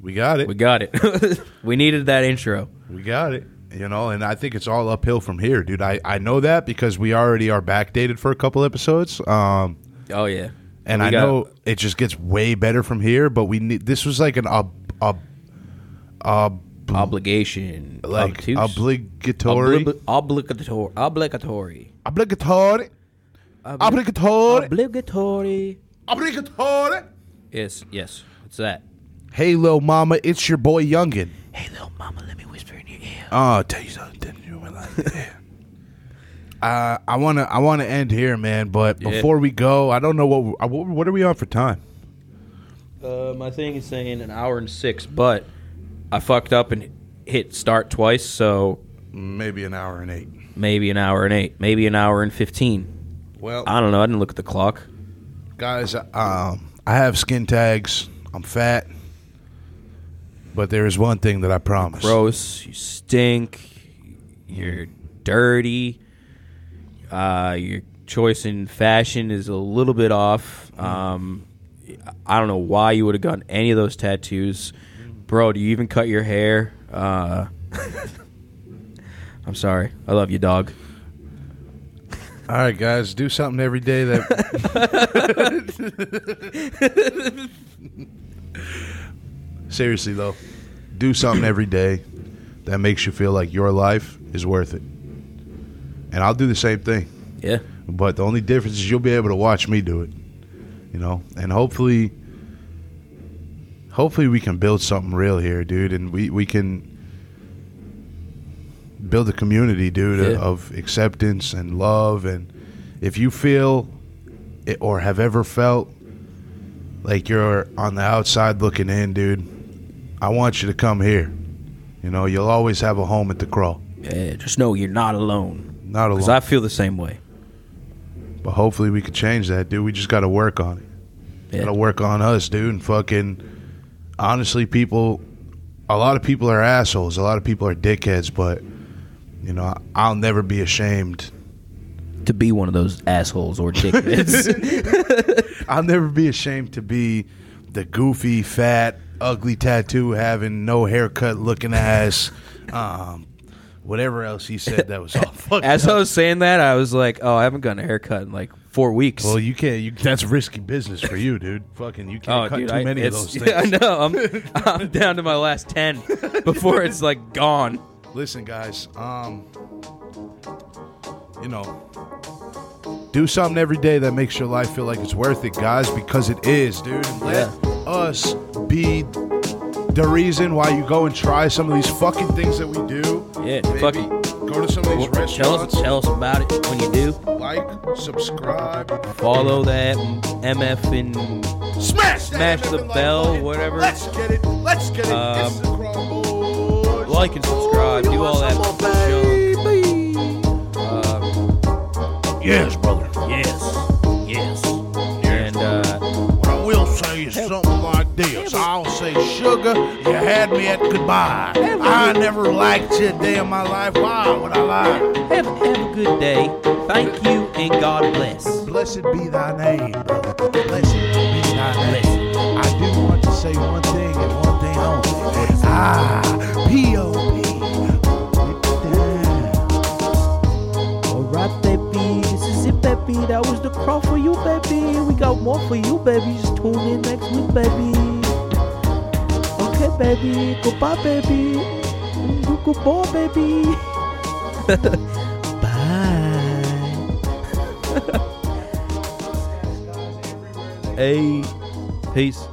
[SPEAKER 2] We got it.
[SPEAKER 1] we got it. we needed that intro.
[SPEAKER 2] We got it. You know, and I think it's all uphill from here, dude. I, I know that because we already are backdated for a couple episodes. Um,
[SPEAKER 1] Oh yeah.
[SPEAKER 2] and
[SPEAKER 1] We
[SPEAKER 2] I
[SPEAKER 1] got-
[SPEAKER 2] know it just gets way better from here, but we need this was like an ob, ob,
[SPEAKER 1] obligation
[SPEAKER 2] like
[SPEAKER 1] obtuse.
[SPEAKER 2] obligatory
[SPEAKER 1] Obli- obligatory obligatory
[SPEAKER 2] obligatory obligatory
[SPEAKER 1] obligatory.
[SPEAKER 2] obligatory.
[SPEAKER 1] Yes, yes. What's that?
[SPEAKER 2] Hey, little mama, it's your boy Youngin.
[SPEAKER 1] Hey little mama, let me whisper in your ear.
[SPEAKER 2] Oh, I'll tell you something. You were like that. Uh, I wanna, I wanna end here, man. But
[SPEAKER 1] Yeah.
[SPEAKER 2] before we go, I don't know what, uh, what, what are we on for time?
[SPEAKER 1] Uh, my thing is saying an hour and six, but I fucked up and hit start twice, so
[SPEAKER 2] Maybe an hour and eight.
[SPEAKER 1] maybe an hour and eight, maybe an hour and fifteen.
[SPEAKER 2] Well,
[SPEAKER 1] I don't know. I didn't look at the clock.
[SPEAKER 2] guys, um, I have skin tags. I'm fat, but there is one thing that I promise.
[SPEAKER 1] Gross. You stink. You're dirty. Uh, your choice in fashion is a little bit off. Um, I don't know why you would have gotten any of those tattoos, bro. Do you even cut your hair? Uh, I'm sorry. I love you, dog.
[SPEAKER 2] All right, guys, do something every day that. Seriously though, do something every day that makes you feel like your life is worth it. and I'll do the same thing.
[SPEAKER 1] Yeah.
[SPEAKER 2] But the only difference is you'll be able to watch me do it, you know. And hopefully, hopefully we can build something real here, dude. And we we can build a community, dude,
[SPEAKER 1] Yeah.
[SPEAKER 2] of acceptance and love. And if you feel it, or have ever felt like you're on the outside looking in, dude, I want you to come here. You know, you'll always have a home at the crawl.
[SPEAKER 1] Yeah. Just know you're not alone.
[SPEAKER 2] Not alone.
[SPEAKER 1] Because I feel the same way.
[SPEAKER 2] But hopefully we could change that, dude. We just got to work on it.
[SPEAKER 1] Yeah.
[SPEAKER 2] Got to work on us, dude. And fucking, honestly, people, a lot of people are assholes. A lot of people are dickheads. But you know, I- I'll never be ashamed.
[SPEAKER 1] To be one of those assholes or dickheads.
[SPEAKER 2] I'll never be ashamed to be the goofy, fat, ugly tattoo having no haircut looking ass. Um, whatever else he said that was all fucked
[SPEAKER 1] As I
[SPEAKER 2] up.
[SPEAKER 1] was saying that, I was like, oh, I haven't gotten a haircut in like four weeks.
[SPEAKER 2] Well, you can't. You, that's risky business for you, dude. Fucking, you can't cut too
[SPEAKER 1] Oh, I-
[SPEAKER 2] many of
[SPEAKER 1] it's-
[SPEAKER 2] those things.
[SPEAKER 1] I know. I'm, I'm down to my last 10 before it's like gone.
[SPEAKER 2] Listen, guys. Um, you know, do something every day that makes your life feel like it's worth it, guys, because it is, dude. And let us be the reason why you go and try some of these fucking things that we do.
[SPEAKER 1] Yeah,
[SPEAKER 2] Maybe
[SPEAKER 1] fuck it.
[SPEAKER 2] Go to some of these restaurants.
[SPEAKER 1] tell us about it when you do.
[SPEAKER 2] like, subscribe,
[SPEAKER 1] Follow that MF in.
[SPEAKER 2] smash,
[SPEAKER 1] Smash
[SPEAKER 2] that
[SPEAKER 1] the
[SPEAKER 2] fucking like
[SPEAKER 1] bell,
[SPEAKER 2] button.
[SPEAKER 1] whatever.
[SPEAKER 2] Let's get it. Let's get it.
[SPEAKER 1] Um,
[SPEAKER 2] it's the Crumbles.
[SPEAKER 1] like and subscribe,
[SPEAKER 2] Oh, you
[SPEAKER 1] do all
[SPEAKER 2] want
[SPEAKER 1] that
[SPEAKER 2] some more, baby?
[SPEAKER 1] Uh,
[SPEAKER 2] Yes, brother.
[SPEAKER 1] yes. Yes. And uh,
[SPEAKER 2] What I will say is something like this. I'll say, sugar, you had me at goodbye. I never liked you a day in my life. Why would I lie?
[SPEAKER 1] have, have a good day. Thank you and God bless.
[SPEAKER 2] Blessed be thy name, brother. Blessed be thy name. I do want to say one thing and one thing only. Ah, P.O.P.
[SPEAKER 3] Alright, baby, this is it, baby. That was the crawl for you, baby. We got more for you, baby. Just tune in next week, baby. Okay, baby. Goodbye, baby. Mm, You good boy, baby. Bye.
[SPEAKER 1] Hey, peace.